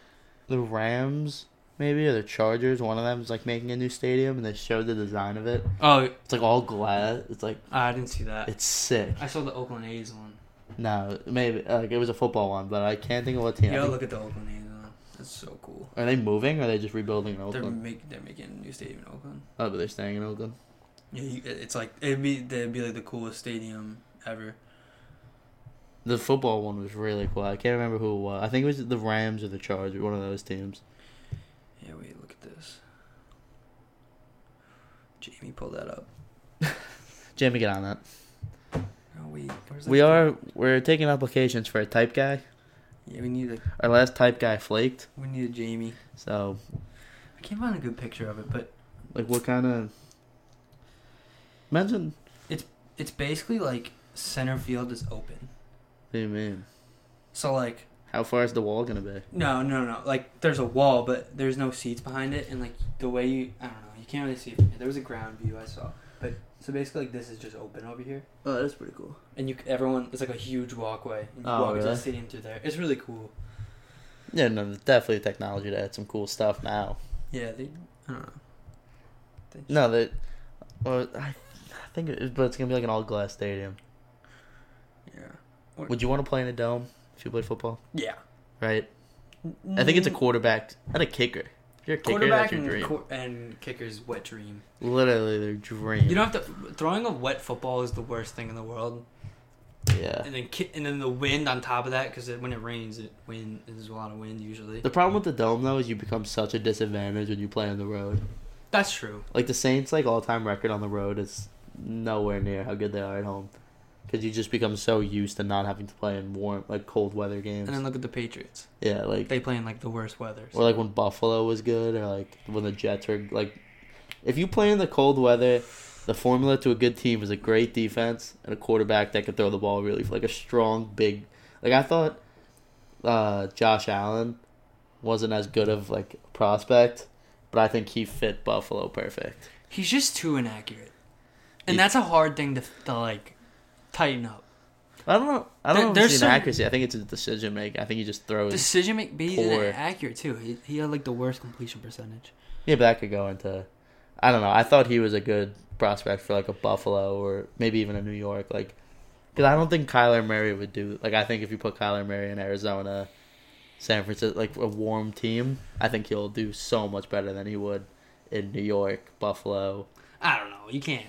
A: The Rams, maybe or the Chargers. One of them is like making a new stadium, and they showed the design of it.
B: Oh,
A: It's like all glass. It's like
B: I didn't see that.
A: it's sick.
B: I saw the Oakland A's one.
A: No, maybe like it was a football one, but I can't think of what team. I
B: Yo,
A: think-
B: look at the Oakland A's one. That's so cool.
A: are they moving? or Are they just rebuilding in
B: They're
A: Oakland?
B: making they're making a new stadium in Oakland.
A: Oh, but they're staying in Oakland.
B: Yeah, you, it's like it'd be that'd be like the coolest stadium ever.
A: The football one was really cool. I can't remember who it was. I think it was the Rams or the Chargers, one of those teams.
B: Yeah, wait, look at this. Jamie, pull that up.
A: Jamie, get on that.
B: Oh wait, where's that
A: We
B: thing?
A: are we're taking applications for a type guy.
B: Yeah, we need a
A: Our last type guy flaked,
B: we need a Jamie.
A: so
B: I can't find a good picture of it, but
A: Like what kind of? Imagine.
B: it's basically like center field is open.
A: What do you mean?
B: So like
A: How far is the wall gonna be?
B: no no no like there's a wall but there's no seats behind it and like the way you I don't know you can't really see it. from here. There was a ground view I saw, but so basically like this is just open over here
A: Oh, that's pretty cool.
B: and you c- everyone it's like a huge walkway and you
A: Oh,
B: walk into
A: really?
B: the stadium through there. It's really cool.
A: Yeah, no, there's definitely technology to add some cool stuff now.
B: Yeah, they I don't know. They just-
A: No, that. Well, I, I think, it, but it's gonna be like an all glass stadium.
B: Yeah.
A: Would you want to play in a dome if you play football?
B: Yeah.
A: Right. I think it's a
B: Mm,
A: quarterback and a kicker. Your kicker,
B: Quarterback
A: that's your
B: and,
A: dream.
B: qu- and kicker's wet dream.
A: Literally their dream.
B: You don't have to. Throwing a wet football is the worst thing in the world.
A: yeah.
B: And then ki- and then the wind on top of that, because it, when it rains, it wind there's a lot of wind usually.
A: The problem with the dome though is you become such a disadvantage when you play on the road.
B: That's true.
A: Like the Saints, like all time record on the road is nowhere near how good they are at home, because you just become so used to not having to play in warm, like cold weather games.
B: And then look at the Patriots.
A: yeah, like
B: They play in like the worst weather.
A: or like when Buffalo was good, or like when the Jets were like, if you play in the cold weather, the formula to a good team is a great defense and a quarterback that can throw the ball really like a strong big. Like I thought, uh, Josh Allen wasn't as good of like a prospect, but I think he fit Buffalo perfect.
B: He's just too inaccurate, and
A: Yeah.
B: that's a hard thing to, to like tighten up.
A: I don't know. I don't
B: There-
A: know if
B: there's
A: it's
B: some-
A: inaccuracy. I think it's a decision make. I think he just throws.
B: Decision make, but he's
A: poor.
B: inaccurate too. He, he had like the worst completion percentage.
A: Yeah, but that could go into. I don't know. I thought he was a good prospect for like a Buffalo or maybe even a New York, like because I don't think Kyler Murray would do. Like I think if you put Kyler Murray in Arizona, San Francisco, like a warm team, I think he'll do so much better than he would in New York, Buffalo.
B: I don't know. You can't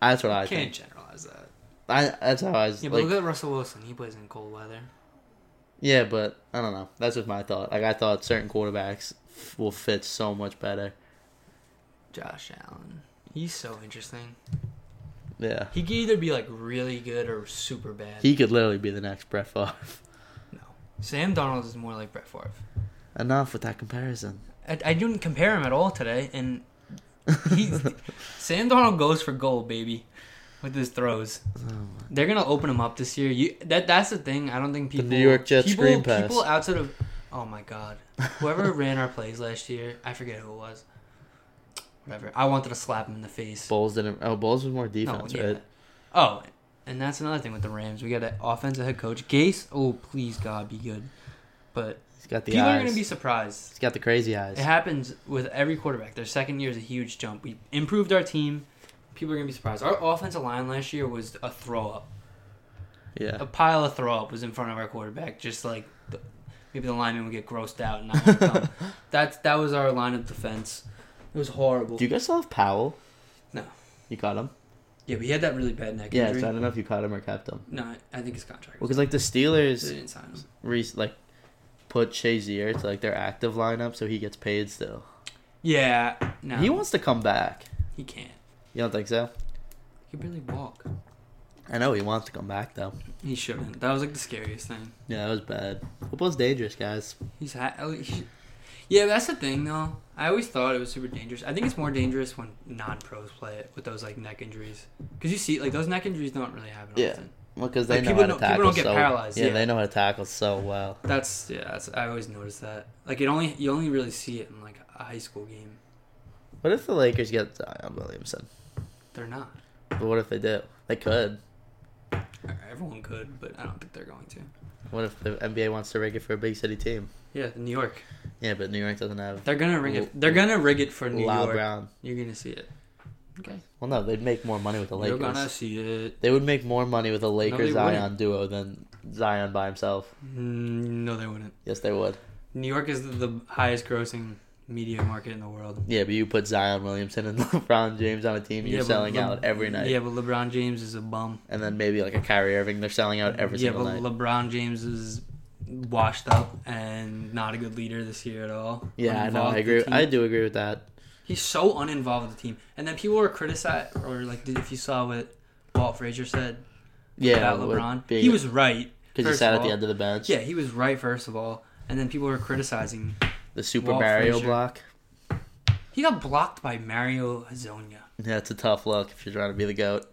A: That's what I
B: can't
A: think.
B: generalize that.
A: I that's how I was.
B: Yeah, but
A: like,
B: look at Russell Wilson. He plays in cold weather.
A: Yeah, but I don't know. That's just my thought. Like I thought certain quarterbacks f- will fit so much better.
B: Josh Allen. He's so interesting.
A: Yeah,
B: He could either be like really good or super bad.
A: he could literally be the next Brett Favre.
B: no. Sam Donald is more like Brett Favre.
A: Enough with that comparison.
B: I, I didn't compare him at all today, and he's, Sam Donald goes for gold, baby, with his throws.
A: Oh,
B: They're gonna open him up this year. You that that's the thing. I don't think
A: The
B: people.
A: New York Jets
B: people,
A: screen pass.
B: People outside of oh my god, whoever ran our plays last year, I forget who it was. Whatever. I wanted to slap him in the face.
A: Bowles didn't. Oh, Bowles was more defense,
B: yeah.
A: right?
B: Oh, and that's another thing with the Rams. We got an offensive head coach, Gase. Oh, please God, be good. But
A: He's got the
B: people
A: eyes.
B: are gonna be surprised.
A: He's got the crazy eyes.
B: It happens with every quarterback. Their second year is a huge jump. We improved our team. People are gonna be surprised. Our offensive line last year was a throw up.
A: yeah.
B: A pile of throw up was in front of our quarterback. Just like the, maybe the lineman would get grossed out and not wanna come. That's that was our line of defense. It was horrible.
A: Do you guys still have Powell?
B: No.
A: You caught him.
B: yeah, we had that really bad neck
A: Yeah,
B: injury.
A: so I don't know if you caught him or kept him.
B: no, I think his contract.
A: Well,
B: Was
A: because like the
B: they
A: Steelers,
B: didn't sign him.
A: re- like, put Shazier to like their active lineup, so he gets paid still.
B: Yeah, no,
A: He wants to come back.
B: He can't.
A: You don't think so?
B: He can barely walk.
A: I know he wants to come back though.
B: He shouldn't. That was like the scariest thing.
A: Yeah, that was bad. Football's dangerous, guys.
B: He's ha- oh, he- yeah. That's the thing though. I always thought it was super dangerous. I think it's more dangerous when non-pros play it with those like neck injuries because you see like those neck injuries don't really happen
A: Yeah.
B: often.
A: Because they
B: Like,
A: know how
B: people
A: to
B: don't- people
A: tackle
B: don't get
A: so.
B: paralyzed,
A: yeah,
B: yeah.
A: they know how to tackle so well.
B: That's yeah. That's, I always noticed that. Like it only you only really see it in like a high school game.
A: What if the Lakers get Zion Williamson?
B: They're not.
A: But what if they do? They could.
B: Everyone could, but I don't think they're going to.
A: What if the NBA wants to rig it for a big city team?
B: Yeah, New York.
A: Yeah, but New York doesn't have
B: They're gonna rig it. They're gonna rig it for New
A: La
B: York.
A: Brown.
B: You're gonna see it. Okay.
A: Well, no, they'd make more money with the
B: You're
A: Lakers.
B: gonna see it.
A: They would make more money with a Lakers
B: they
A: Zion
B: wouldn't.
A: duo than Zion by himself.
B: Mm, No, they wouldn't.
A: Yes, they would.
B: New York is the, the highest grossing media market in the world.
A: Yeah, but you put Zion Williamson and LeBron James on a team, you're
B: Yeah, but
A: selling
B: Le-
A: out every night.
B: Yeah, but LeBron James is a bum.
A: And then maybe like a Kyrie Irving, they're selling out every
B: yeah,
A: single
B: but
A: night.
B: LeBron James is washed up and not a good leader this year at all.
A: yeah, I know. I
B: Uninvolved with the
A: agree.
B: team.
A: I do agree with that.
B: He's so uninvolved with the team. And then people were criticized, or like, did, if you saw what Walt Frazier said
A: Yeah,
B: about LeBron, he was right.
A: because he
B: first
A: sat
B: of
A: at the
B: all.
A: end of the bench.
B: Yeah, he was right first of all. And then people were criticizing.
A: the Super
B: Walt
A: Mario
B: Frazier.
A: block.
B: He got blocked by Mario Hazonia.
A: Yeah, it's a tough look if you're trying to be the goat.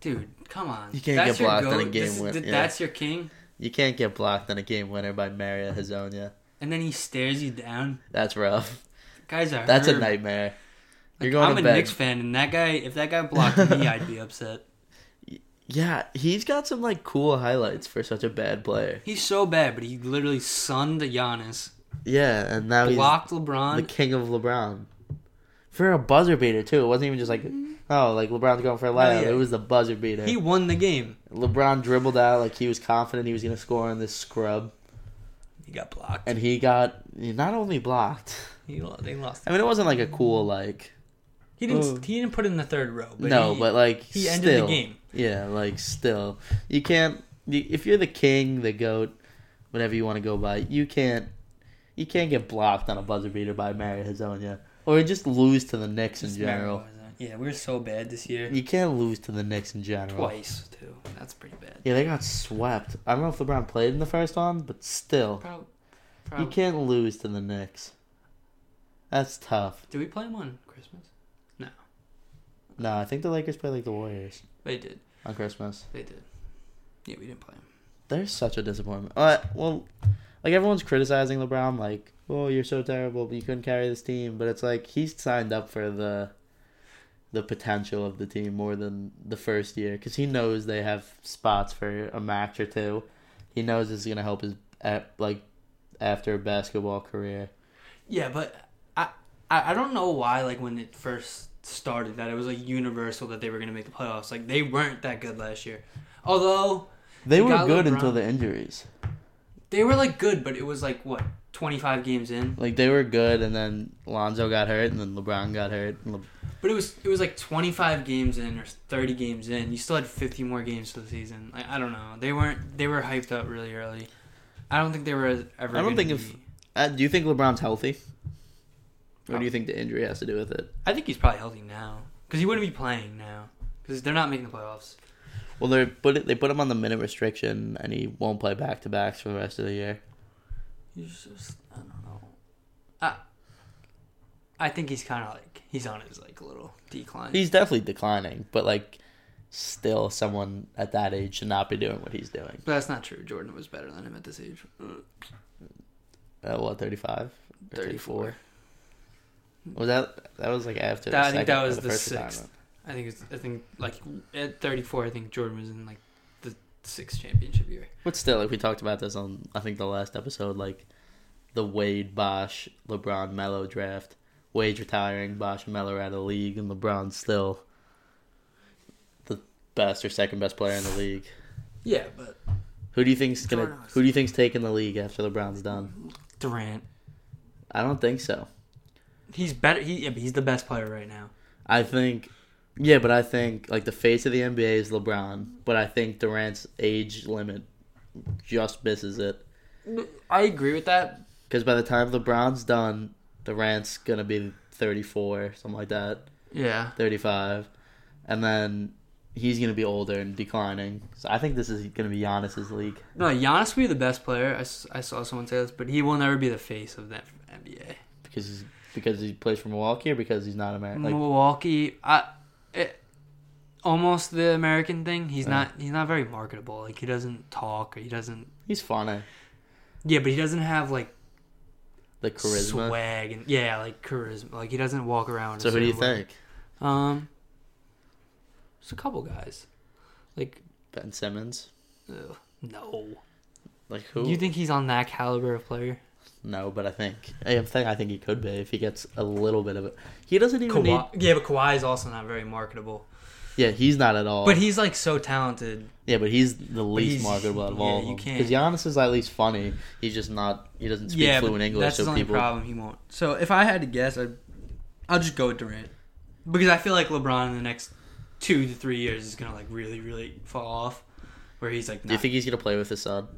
B: Dude, come on.
A: You can't get
B: your
A: blocked in a
B: goat?
A: game
B: This is-
A: win-
B: th-
A: yeah.
B: That's your king.
A: You can't get blocked on a game winner by Mario Hazonia.
B: and then he stares you down.
A: That's rough.
B: Guys are
A: That's a
B: hurt.
A: nightmare.
B: Like,
A: You're going
B: I'm
A: to
B: a
A: bed.
B: Knicks fan, and that guy, if that guy blocked me, I'd be upset.
A: Yeah, he's got some like cool highlights for such a bad player.
B: He's so bad, but he literally sunned Giannis,
A: Yeah, and now
B: blocked
A: he's the
B: LeBron.
A: king of LeBron. For a buzzer beater too. It wasn't even just like oh, like LeBron's going for a layup.
B: Mm-hmm. yeah.
A: It was the buzzer beater.
B: He won the game.
A: LeBron dribbled out like he was confident he was gonna score on this scrub.
B: He got blocked.
A: and he got not only blocked.
B: He lo- they lost.
A: I mean, it wasn't like a cool like
B: He didn't.
A: Oh.
B: He didn't put in the third row. But
A: no,
B: he,
A: but like
B: he
A: still,
B: ended the game.
A: Yeah, like still, you can't. You, if you're the king, the goat, whatever you want to go by, you can't. You can't get blocked on a buzzer beater by Mario Hazonia, or just lose to the Knicks
B: Just
A: in general.
B: Mario. Yeah, we were so bad this year.
A: You can't lose to the Knicks in general.
B: Twice too. That's pretty bad.
A: Yeah, they got swept. I don't know if LeBron played in the first one, but still,
B: Probably.
A: you can't lose to the Knicks. That's tough.
B: Did we play him on Christmas?
A: No, I think the Lakers play like the Warriors
B: They did.
A: on Christmas.
B: They did. Yeah, we didn't play him.
A: They're such a disappointment. Uh, well, like everyone's criticizing LeBron, like, "Oh, you're so terrible, but you couldn't carry this team." But it's like he's signed up for the the potential of the team more than the first year because he knows they have spots for a match or two. He knows this is gonna help his a- like after basketball career.
B: Yeah, but I, I I don't know why like when it first started that it was like universal that they were gonna make the playoffs. Like they weren't that good last year. Although
A: They
B: They
A: were
B: got
A: good
B: LeBron.
A: until the injuries.
B: they were like good, but it was like what twenty five games in.
A: Like they were good, and then Lonzo got hurt, and then LeBron got hurt. And Le-
B: But it was it was like twenty five games in or thirty games in. You still had fifty more games to the season. Like I don't know. They weren't they were hyped up really early. I don't think they were ever.
A: I don't
B: gonna
A: think if-
B: be-
A: uh, do you think LeBron's healthy? Or do
B: No.
A: you think the injury has to do with it?
B: I think he's probably healthy now because he wouldn't be playing now because they're not making the playoffs.
A: Well, they put it, they put him on the minute restriction, and he won't play back to backs for the rest of the year.
B: He's just I don't know. I I think he's kind of like he's on his like little decline.
A: He's definitely declining, but like, still, someone at that age should not be doing what he's doing.
B: but that's not true. Jordan was better than him at this age. Uh,
A: At what thirty five?
B: 34.
A: Was that that was like after?
B: That- I think
A: second-
B: that was
A: or
B: the
A: first
B: sixth.
A: retirement.
B: I think it's, I think like at 34, I think Jordan was in like the sixth championship year.
A: But still, like we talked about this on I think the last episode, like the Wade Bosch LeBron Mello draft. Wade retiring, Bosch and Mello out of the league, and LeBron still the best or second best player in the league.
B: Yeah, but
A: Who do you think's gonna?
B: Jordan was-
A: Who do you think's taking the league after LeBron's done?
B: Durant,
A: I don't think so.
B: he's better. He yeah, but he's the best player right now.
A: I think, yeah, but I think like the face of the NBA is LeBron, but I think Durant's age limit just misses it
B: I agree with that.
A: because by the time LeBron's done, Durant's gonna be thirty four, something like that,
B: Yeah,
A: thirty five, and then he's gonna be older and declining. So I think this is gonna be Giannis's league.
B: no, Giannis will be the best player. I, s- I saw someone say this, but he will never be the face of that NBA.
A: because he's because he plays for Milwaukee or because he's not American. Like,
B: Milwaukee, I, it, almost the American thing. He's
A: Yeah.
B: not he's not very marketable. Like he doesn't talk. Or he doesn't.
A: he's funny,
B: Yeah, but he doesn't have like
A: the charisma.
B: swag and yeah, like charisma. Like he doesn't walk around. a
A: So who do you
B: certain way.
A: think?
B: Um, there's a couple guys. Like
A: Ben Simmons.
B: ugh, no,
A: Like who?
B: do you think he's on that caliber of player?
A: No, but I think I think I think he could be if he gets a little bit of it. He doesn't even need.
B: Kawhi, yeah, but Kawhi is also not very marketable.
A: Yeah, he's not at all.
B: But he's like so talented.
A: yeah, but he's the least
B: he's-
A: marketable out of
B: yeah,
A: all
B: you
A: of them.
B: can't-
A: Because Giannis is at least funny. He's just not. He doesn't speak
B: yeah,
A: fluent
B: but
A: English,
B: that's his
A: so
B: only
A: people.
B: problem. He won't. So if I had to guess, I'd I'll just go with Durant because I feel like LeBron in the next two to three years is gonna like really really fall off, where he's like,
A: Do you
B: not-
A: think he's gonna play with his son?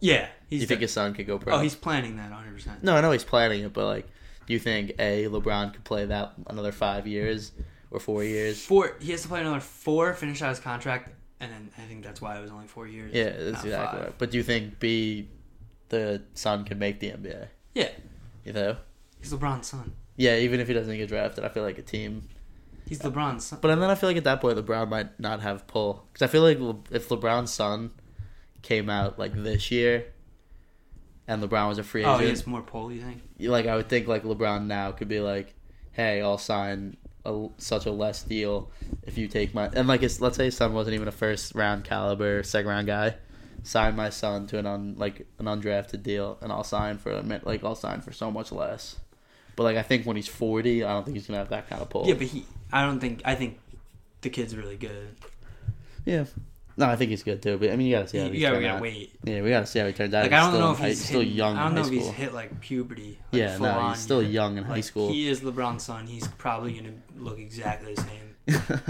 B: yeah, he's
A: Do you think
B: the-
A: his son could go pro?
B: oh he's planning that 100. percent
A: No, I know he's planning it, but like, do you think a LeBron could play that another five years or four years?
B: Four, he has to play another four, finish out his contract, and then I think that's why it was only four years.
A: Yeah, that's
B: not
A: exactly.
B: five.
A: Right. But do you think B, the son, could make the NBA?
B: Yeah,
A: You know.
B: he's LeBron's son.
A: Yeah, even if he doesn't get drafted, I feel like a team
B: He's LeBron's son.
A: But then I feel like at that point LeBron might not have pull because I feel like Le- if LeBron's son came out like this year, and LeBron was a free
B: Oh,
A: agent,
B: he has more pull. You think?
A: you- like I would think like LeBron now could be like, hey, I'll sign a, such a less deal if you take my and like it's, let's say his son wasn't even a first round caliber second round guy, sign my son to an un, like an undrafted deal and I'll sign for a min- like I'll sign for so much less. But like I think when he's forty, I don't think he's gonna have that kind of pull.
B: Yeah, but he. I don't think. I think the kid's really good.
A: Yeah. No, I think he's good too. But I mean, you gotta see how
B: Yeah,
A: he's
B: we gotta
A: out.
B: wait.
A: Yeah, we gotta see how he turns out.
B: Like
A: He's
B: I don't
A: still
B: know
A: in
B: if
A: high-
B: he's
A: still
B: hit-
A: young. in
B: I don't
A: high
B: know if he's
A: school.
B: hit like puberty. Like,
A: yeah,
B: full
A: no,
B: on
A: he's still
B: yet.
A: young in high
B: Like,
A: school.
B: He is LeBron's son. He's probably gonna look exactly the same.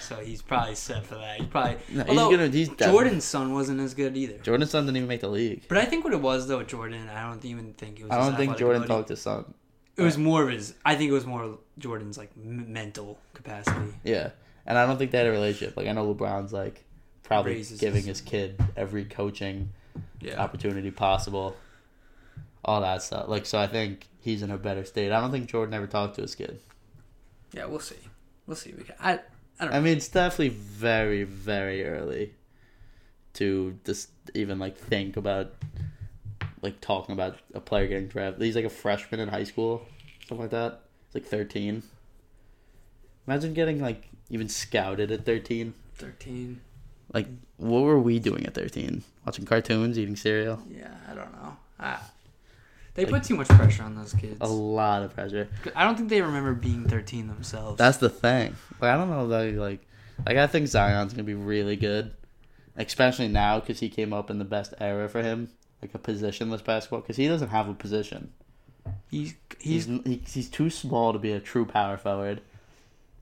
B: So he's probably set for that. He's probably
A: No, he's
B: although
A: gonna- he's definitely-
B: Jordan's son wasn't as good either.
A: Jordan's son didn't even make the league.
B: But I think what it was though, Jordan. I don't even think it was.
A: I
B: his
A: don't think
B: athletic
A: Jordan
B: ability.
A: talked to son.
B: It was more of his. I think it was more Jordan's like m- mental capacity.
A: Yeah, and I don't think they had a relationship. Like I know LeBron's like probably
B: Raises
A: giving his
B: his-
A: kid every coaching
B: Yeah.
A: opportunity possible, all that stuff. Like so, I think he's in a better state. I don't think Jordan ever talked to his kid.
B: Yeah, we'll see. We'll see. We can, I I don't.
A: I mean, it's definitely very, very early to just even like think about like talking about a player getting drafted. He's like a freshman in high school, something like that. He's like thirteen. Imagine getting like even scouted at thirteen.
B: Thirteen.
A: Like, what were we doing at thirteen? Watching cartoons, eating cereal.
B: Yeah, I don't know. I, they
A: Like-
B: put too much pressure on those kids.
A: A lot of pressure.
B: I don't think they remember being thirteen themselves.
A: That's the thing. Like, I don't know that like, like I think Zion's gonna be really good, especially now because he came up in the best era for him, like a positionless basketball. Because he doesn't have a position.
B: he's
A: He's
B: he's
A: he, he's too small to be a true power forward.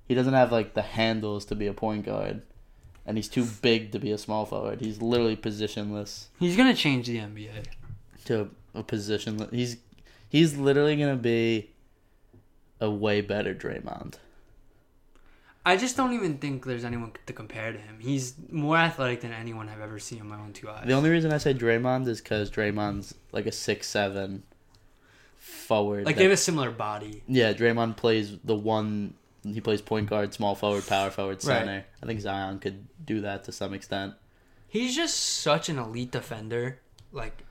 A: He doesn't have like the handles to be a point guard, and he's too big to be a small forward. He's literally positionless
B: he's gonna change the NBA.
A: to a position. He's he's literally gonna be a way better Draymond.
B: I just don't even think there's anyone to compare to him. He's more athletic than anyone I've ever seen in my own two eyes.
A: The only reason I say Draymond is because Draymond's like a six seven forward.
B: like
A: that-
B: they have a similar body.
A: yeah, Draymond plays the one. He plays point guard, small forward, power forward,
B: Right.
A: center. I think Zion could do that to some extent.
B: He's just such an elite defender. Like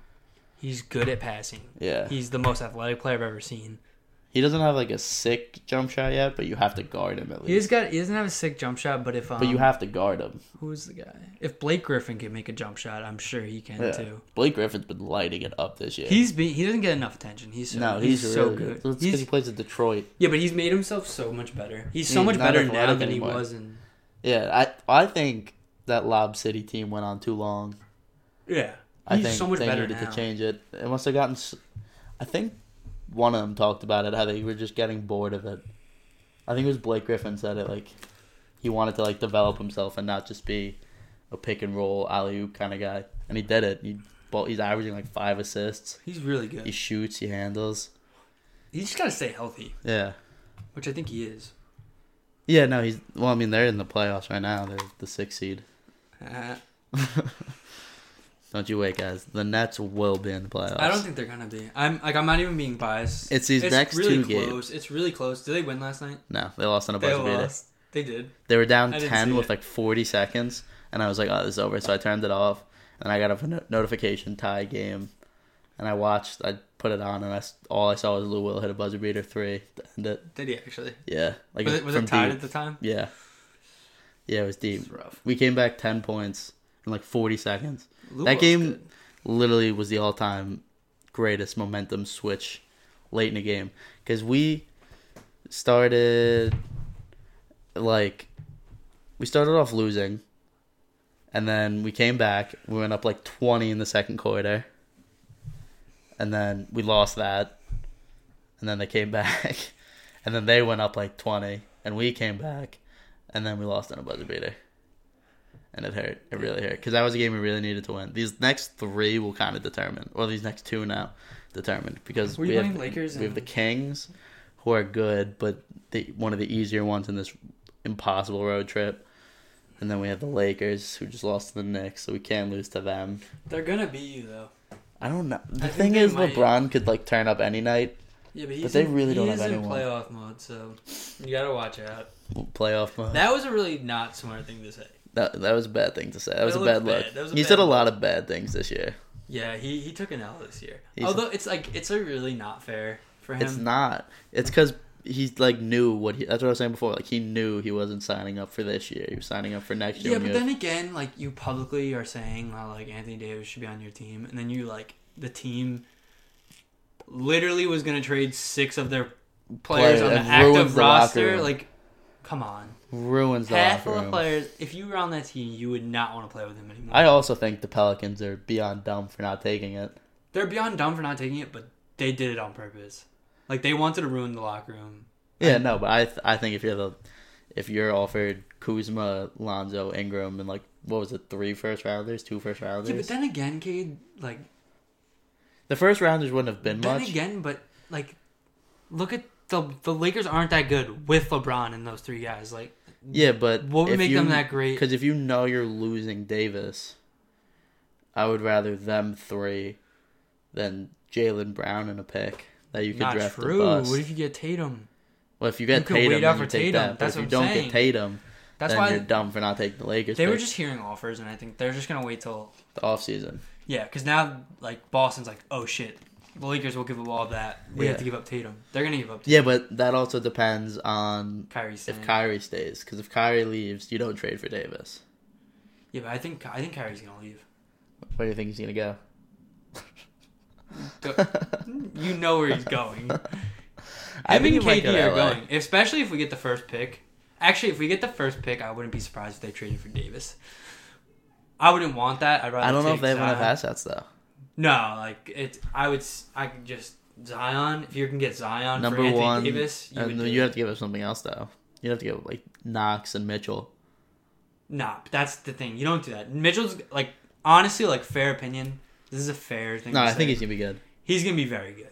B: he's good at passing.
A: Yeah, he,
B: He's the most athletic player I've ever seen.
A: doesn't have like a sick jump shot yet, but you have to guard him at least.
B: He's got he doesn't have a sick jump shot, but if um,
A: but you have to guard him.
B: who's the guy? If Blake Griffin can make a jump shot, I'm sure he can
A: Yeah.
B: too.
A: Blake Griffin's been lighting it up this year.
B: He's been he doesn't get enough attention. He's so,
A: no, he's,
B: he's, so
A: really
B: good.
A: That's 'cause
B: He's-
A: he plays at Detroit.
B: yeah, but he's made himself so much better. He's so
A: He's
B: much
A: not
B: better now
A: athletic
B: than
A: anymore.
B: he was in.
A: Yeah, I I think that Lob City team went on too long.
B: Yeah,
A: I
B: he's
A: think
B: so much
A: they
B: better
A: needed
B: now.
A: to change it. It must have gotten. s- I think one of them talked about it how they were just getting bored of it. I think it was Blake Griffin said it like he wanted to like develop himself and not just be a pick and roll alley oop kind of guy, and he did it. He ball, he's averaging like five assists.
B: He's really
A: He
B: good.
A: shoots. He handles.
B: He's just gotta stay healthy,
A: Yeah.
B: which I think he is.
A: Yeah, no, he's well. I mean, they're in the playoffs right now. They're the sixth seed.
B: Uh,
A: Don't you wait, guys. The Nets will be in the playoffs.
B: I don't think they're gonna be. I'm like I'm not even being biased.
A: It's these next
B: really
A: two games.
B: close. It's really close. Did they win last night?
A: No, they lost on a
B: They
A: buzzer beater.
B: lost. They did.
A: They were down
B: I didn't
A: ten
B: see
A: with
B: it.
A: like forty seconds, and I was like, "Oh, this is over." So I turned it off, and I got a no- notification tie game, and I watched. I put it on, and I s all I saw was Lou Will hit a buzzer beater three to end it.
B: Did he actually?
A: Yeah, like
B: was it, was it tied
A: deep.
B: at the time?
A: Yeah, yeah, it was deep.
B: It's rough.
A: We came back ten points in like forty seconds.
B: Lou
A: that
B: Will's
A: game
B: good.
A: literally was the all-time greatest momentum switch late in the game because we started like we started off losing and then we came back we went up like 20 in the second quarter and then we lost that and then they came back and then they went up like 20 and we came back and then we lost on a buzzer beater and it hurt it really hurt because that was a game we really needed to win these next three will kind of determine or these next two now determined because
B: Were
A: we
B: you
A: have,
B: playing Lakers
A: we have the
B: and-
A: kings who are good but the, one of the easier ones in this impossible road trip and then we have the Lakers, who just lost to the Knicks, so we can't lose to them.
B: They're gonna beat you though.
A: I don't know. The
B: think
A: thing
B: they
A: is,
B: might-
A: LeBron could like turn up any night,
B: Yeah, but he's
A: they
B: in,
A: really
B: he
A: don't
B: is
A: have
B: in
A: anyone.
B: playoff mode, so you gotta watch out.
A: playoff mode.
B: That was a really not smart thing to say.
A: That that was a bad thing to say. That was a
B: That
A: bad
B: looked
A: look.
B: bad. That was a
A: he
B: bad
A: said a
B: look.
A: lot of bad things this year.
B: Yeah, he he took an L this year.
A: He's-
B: Although it's like it's a really not fair for him.
A: It's not. It's because he like knew what he. That's what I was saying before. Like he knew he wasn't signing up for this year. He was signing up for next year.
B: yeah,
A: when
B: but
A: you-
B: then again, like you publicly are saying how like Anthony Davis should be on your team, and then you like the team literally was gonna trade six of their players
A: Player,
B: on the
A: and ruined
B: active
A: the locker
B: roster.
A: room.
B: Like, Come on.
A: Ruins the
B: Half
A: locker
B: of the
A: room.
B: players, if you were on that team, you would not want to play with him anymore.
A: I also think the Pelicans are beyond dumb for not taking it.
B: They're beyond dumb for not taking it, but they did it on purpose. Like they wanted to ruin the locker room.
A: Yeah, no, but I th- I think if you're the if you're offered Kuzma, Lonzo, Ingram, and like what was it, three first rounders, two first rounders,
B: Yeah, but then again, Cade, like
A: the first rounders wouldn't have been
B: then
A: much.
B: again, but like look at the the Lakers aren't that good with LeBron and those three guys. Like
A: yeah, but
B: What would make them that great?
A: Because if you know you're losing Davis, I would rather them three than Jalen Brown in a pick that you could
B: not
A: draft
B: true.
A: a bust.
B: What if you get Tatum?
A: well, if you
B: you
A: get
B: could
A: Tatum,
B: wait
A: then
B: out
A: you
B: for
A: take
B: Tatum.
A: that. But
B: That's
A: if you
B: what
A: don't
B: I'm
A: get
B: saying.
A: Taking
B: That's
A: then
B: why
A: you're dumb for not taking the Lakers.
B: they were
A: pick
B: just hearing offers, and I think they're just gonna wait till
A: the offseason.
B: yeah, because now like Boston's like oh shit, the Lakers will give up all that. We
A: Yeah.
B: have to give up Tatum. They're gonna give up Tatum.
A: Yeah, but that also depends on
B: Kyrie's
A: if
B: saying.
A: Kyrie stays, because if Kyrie leaves, you don't trade for Davis.
B: yeah, but I think I think Kyrie's gonna leave.
A: Where do you think he's gonna go?
B: Go- you know where he's going.
A: I
B: Him
A: think
B: and
A: he might
B: KD
A: go to
B: are
A: LA.
B: going, especially if we get the first pick. Actually, if we get the first pick, I wouldn't be surprised if they traded for Davis. I wouldn't want that. I'd rather.
A: I don't know
B: take
A: if they have enough
B: Zion.
A: assets though.
B: No, like it. I would. s- I could just Zion. If you can get Zion for
A: Number
B: Anthony
A: one,
B: Davis, you would.
A: and
B: do
A: you
B: it.
A: have to give up something else though. You have to give up like Knox and Mitchell.
B: Nah, but that's the thing. You don't do that. Mitchell's like honestly, like fair opinion. This is a fair thing.
A: No,
B: to
A: I think
B: say.
A: he's gonna be good.
B: he's gonna be very good.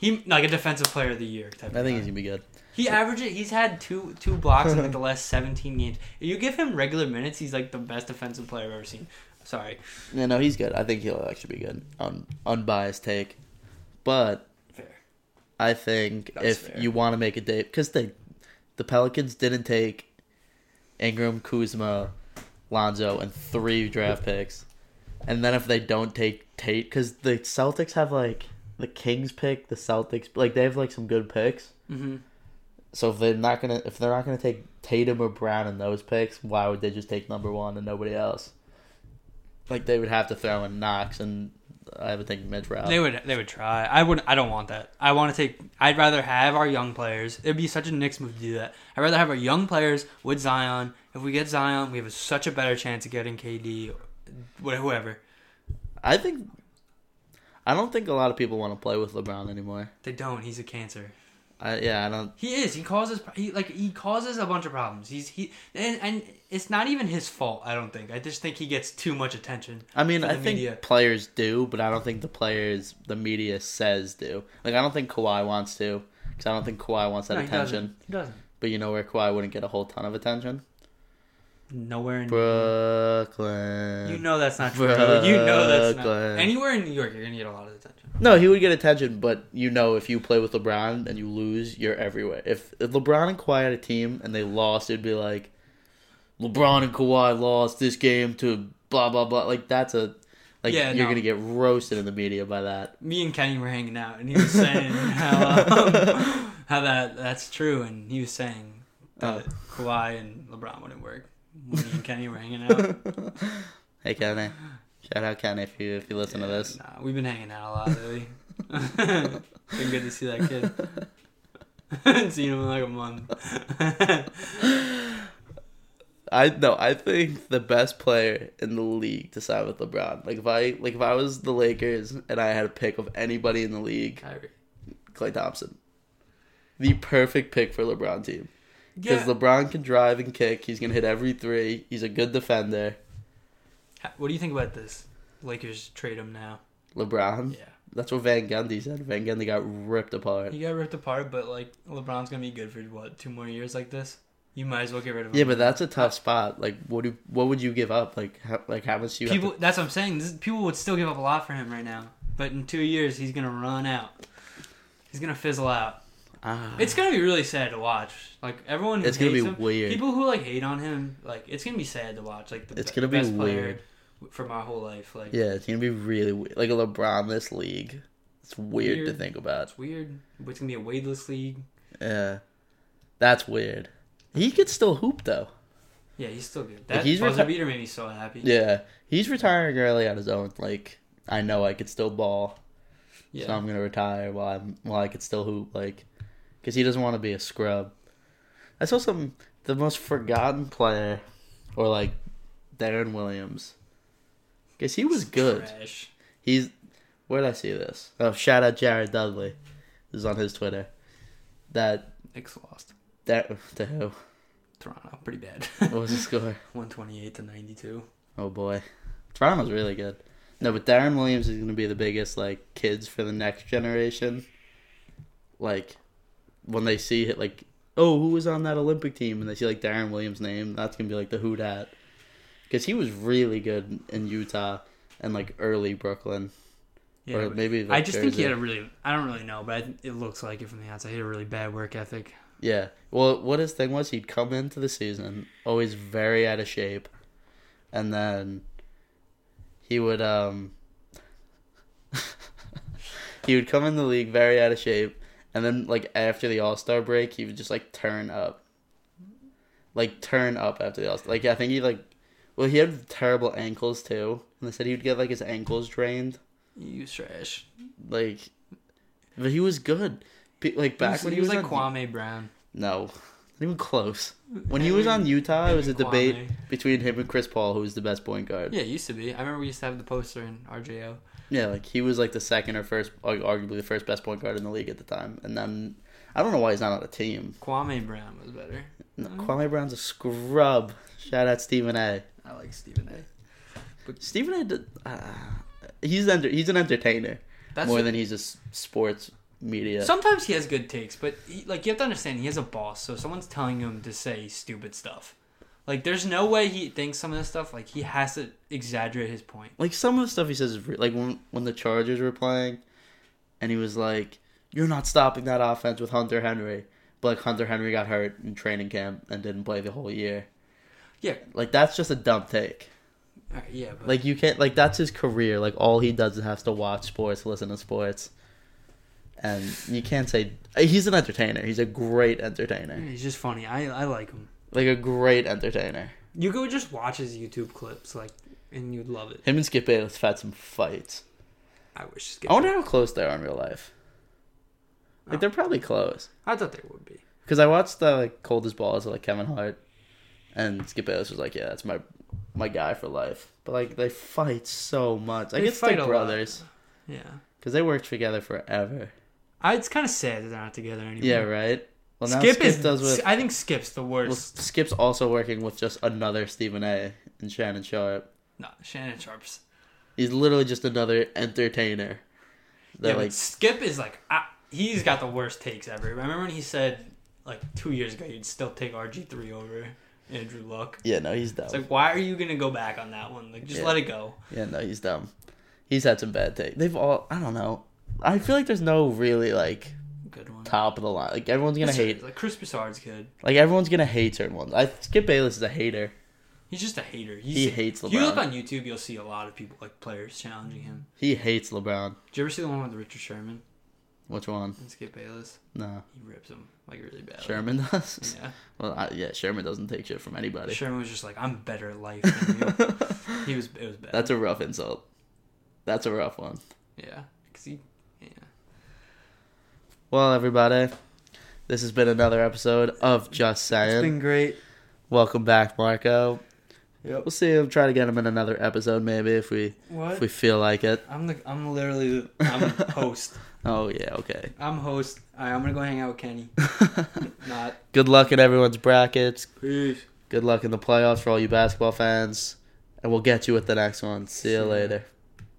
B: He like a defensive player of the year type.
A: I
B: of
A: think
B: guy.
A: he's gonna be good.
B: He averages. He's had two two blocks in like the last seventeen games. If you give him regular minutes, he's like the best defensive player I've ever seen. Sorry,
A: Yeah, no, he's good. I think he'll actually be good. Un- unbiased take, but
B: fair.
A: I think
B: That's
A: if
B: fair.
A: you want to make a date, because they, the Pelicans didn't take Ingram, Kuzma, Lonzo, and three draft picks, and then if they don't take Tate, because the Celtics have like the Kings pick, the Celtics like they have like some good picks.
B: hmm
A: So if they're not gonna if they're not gonna take Tatum or Brown in those picks, why would they just take number one and nobody else? Like they would have to throw in Knox and I would think Mitch Rouse.
B: They would they would try. I would. I don't want that. I want to take. I'd rather have our young players. It'd be such a Knicks move to do that. I'd rather have our young players with Zion. If we get Zion, we have such a better chance of getting KD, wh- whoever.
A: I think I don't think a lot of people want to play with LeBron anymore.
B: They don't. He's a cancer.
A: I yeah, I don't
B: He is. He causes. He like he causes a bunch of problems. He's he and, and it's not even his fault. I don't think. I just think he gets too much attention.
A: I mean,
B: For
A: I
B: the
A: think
B: media.
A: players do, but I don't think the players the media says do. Like I don't think Kawhi wants to cuz I don't think Kawhi wants that
B: No, he
A: attention.
B: doesn't. He doesn't.
A: But you know where Kawhi wouldn't get a whole ton of attention?
B: Nowhere in
A: Brooklyn.
B: you know that's not true. You know that's
A: Brooklyn.
B: not anywhere in New York. You're gonna get a lot of attention.
A: No, he would get attention, but you know, if you play with LeBron and you lose, you're everywhere. If, if LeBron and Kawhi had a team and they lost, it'd be like, LeBron and Kawhi lost this game to blah blah blah. Like that's a, like
B: Yeah,
A: you're
B: no.
A: gonna get roasted in the media by that.
B: Me and Kenny were hanging out, and he was saying how um, how that that's true, and he was saying that
A: Oh.
B: Kawhi and LeBron wouldn't work. When me and Kenny were hanging out.
A: Hey Kenny, shout out Kenny if you if you listen to this.
B: Nah, uh, we've been hanging out a lot lately. been good to see that kid. Haven't seen him in like a month.
A: I no, I think the best player in the league to sign with LeBron. Like if I like if I was the Lakers and I had a pick of anybody in the league,
B: Kyrie.
A: Clay Thompson. The perfect pick for LeBron team. Because
B: Yeah.
A: LeBron can drive and kick. He's gonna hit every three. He's a good defender.
B: what do you think about this? Lakers trade him now.
A: LeBron.
B: Yeah.
A: That's what Van Gundy said. Van Gundy got ripped apart.
B: He got ripped apart, but like LeBron's gonna be good for what two more years like this. You might as well get rid of him.
A: Yeah, but that's a tough spot. Like, what do what would you give up? Like, how, like how much do you?
B: people.
A: have
B: That's what I'm saying. This, people would still give up a lot for him right now, but in two years he's gonna run out. He's gonna fizzle out.
A: to, ah,
B: It's gonna be really sad to watch. Like everyone, who
A: It's gonna
B: hates
A: be
B: him-
A: weird.
B: People who like hate on him, like it's gonna be sad to watch. Like the
A: It's
B: be-
A: gonna be
B: best player
A: weird.
B: for my whole life. Like
A: yeah, it's gonna be really weird. Like a LeBron this league. It's weird, to
B: Weird.
A: think about.
B: it's weird. It's gonna be a weightless league.
A: Yeah, that's weird. He could still hoop though.
B: Yeah, he's still good. That
A: he's
B: buzzer
A: reti-
B: beater made me so happy.
A: Yeah, he's retiring early on his own. Like, I know I could still ball.
B: yeah.
A: So I'm gonna retire while I'm while I could still hoop, like, because he doesn't want to be a scrub. I saw some the most forgotten player, or like Darren Williams. Guess he was good.
B: Trash.
A: He's where did I see this? Oh, shout out Jared Dudley. This is on his Twitter. That
B: Knicks lost.
A: that to who?
B: Toronto, pretty bad.
A: What was the score?
B: 128 to 92.
A: Oh boy, Toronto's really good. No, but Darren Williams is going to be the biggest like kids for the next generation. Like when they see it, like oh, who was on that Olympic team, and they see like Darren Williams' name, that's going to be like the who dat, because he was really good in Utah and like early Brooklyn,
B: Yeah,
A: or
B: but-
A: maybe like,
B: I just think
A: Jersey.
B: he had a really. I don't really know, but I, th- it looks like it from the outside. He had a really bad work ethic.
A: Yeah. Well, what his thing was, he'd come into the season always very out of shape, and then he would um he would come in the league very out of shape, and then like after the All Star break, he would just like turn up, like turn up after the All Star. Like I think he like, well, he had terrible ankles too, and they said he would get like his ankles drained,
B: You trash.
A: like, but he was good. Pe- Like
B: Back
A: back
B: he was,
A: when
B: he was, like
A: on-
B: Kwame Brown.
A: no, not even close. When he was on Utah, it was a
B: Kwame.
A: debate between him and Chris Paul, who was the best point guard.
B: Yeah, it used to be. I remember we used to have the poster in RJO.
A: Yeah, like he was like the second or first, like, arguably the first best point guard in the league at the time. And then I don't know why he's not on the team.
B: Kwame Brown was better.
A: No,
B: Mm.
A: Kwame Brown's a scrub. Shout out Stephen A.
B: I like Stephen A.
A: Stephen A. did- Uh, he's enter- he's an entertainer
B: That's
A: more than he's a s- sports media.
B: Sometimes he has good takes, but he, like you have to understand, he has a boss, so someone's telling him to say stupid stuff. Like, there's no way he thinks some of this stuff. Like, he has to exaggerate his point.
A: like some of the stuff he says is re- like when when the Chargers were playing, and he was like, "You're not stopping that offense with Hunter Henry." But like Hunter Henry got hurt in training camp and didn't play the whole year.
B: Yeah.
A: Like that's just a dumb take.
B: All right, yeah, but
A: Like you can't like that's his career. Like all he does is has to watch sports, listen to sports. And you can't say he's an entertainer. He's a great entertainer.
B: he's just funny. I I like him.
A: Like a great entertainer.
B: You go just watch his YouTube clips, like, and you'd love it.
A: Him and Skip Bayless have had some fights.
B: I wish.
A: I wonder how close they are in real life. Like
B: Oh.
A: they're probably close.
B: I thought they would be.
A: Because I watched the like, coldest balls of like Kevin Hart, and Skip Bayless was like, "Yeah, that's my my guy for life." But like they fight so much. Like
B: They
A: it's like
B: fight a lot.
A: brothers
B: Yeah.
A: because they worked together forever.
B: I, it's kind of sad that they're not together anymore.
A: Yeah, right. Well, now
B: Skip,
A: Skip,
B: is.
A: does with.
B: I think Skip's the
A: Well,
B: worst.
A: Skip's also working with just another Stephen A. and Shannon Sharp.
B: no, Shannon Sharp's.
A: He's literally just another entertainer.
B: Yeah,
A: That
B: but
A: like
B: Skip is like I, he's got the worst takes ever. Remember when he said like two years ago you'd still take RG three over Andrew Luck?
A: yeah, no, he's dumb.
B: It's like why are you gonna go back on that one? Like just
A: Yeah.
B: let it go.
A: Yeah, no, he's dumb. He's had some bad takes. They've all. I don't know. I feel like there's no really like
B: Good one.
A: top of the line. Like everyone's gonna
B: It's-
A: hate
B: Like Chris Broussard's good.
A: Like everyone's gonna hate certain ones. I Skip Bayless is a hater.
B: He's just a hater. He's,
A: He hates
B: If you look
A: LeBron.
B: on YouTube, you'll see a lot of people like players challenging him.
A: He hates LeBron.
B: Did you ever see the one with Richard Sherman
A: Which one?
B: and Skip Bayless?
A: No,
B: He rips him like really bad.
A: Sherman does.
B: Oh. Yeah.
A: Well, I, yeah, Sherman doesn't take shit from anybody.
B: Sherman was just like, I'm better at life than you. he was, it was bad.
A: That's a rough insult. That's a rough one.
B: yeah. 'Cause he, yeah.
A: Well, everybody, this has been another episode of Just Saying.
B: great.
A: Welcome back, Marco.
B: Yep.
A: We'll see. We'll try to get him in another episode, maybe if we
B: What?
A: if we feel like it.
B: I'm the, I'm literally, the- I'm host.
A: Oh yeah, okay.
B: I'm host. All right, I'm gonna go hang out with Kenny. Not.
A: Good luck in everyone's brackets.
B: Peace.
A: Good luck in the playoffs for all you basketball fans, and we'll get you with the next one. See
B: See
A: you
B: ya.
A: later.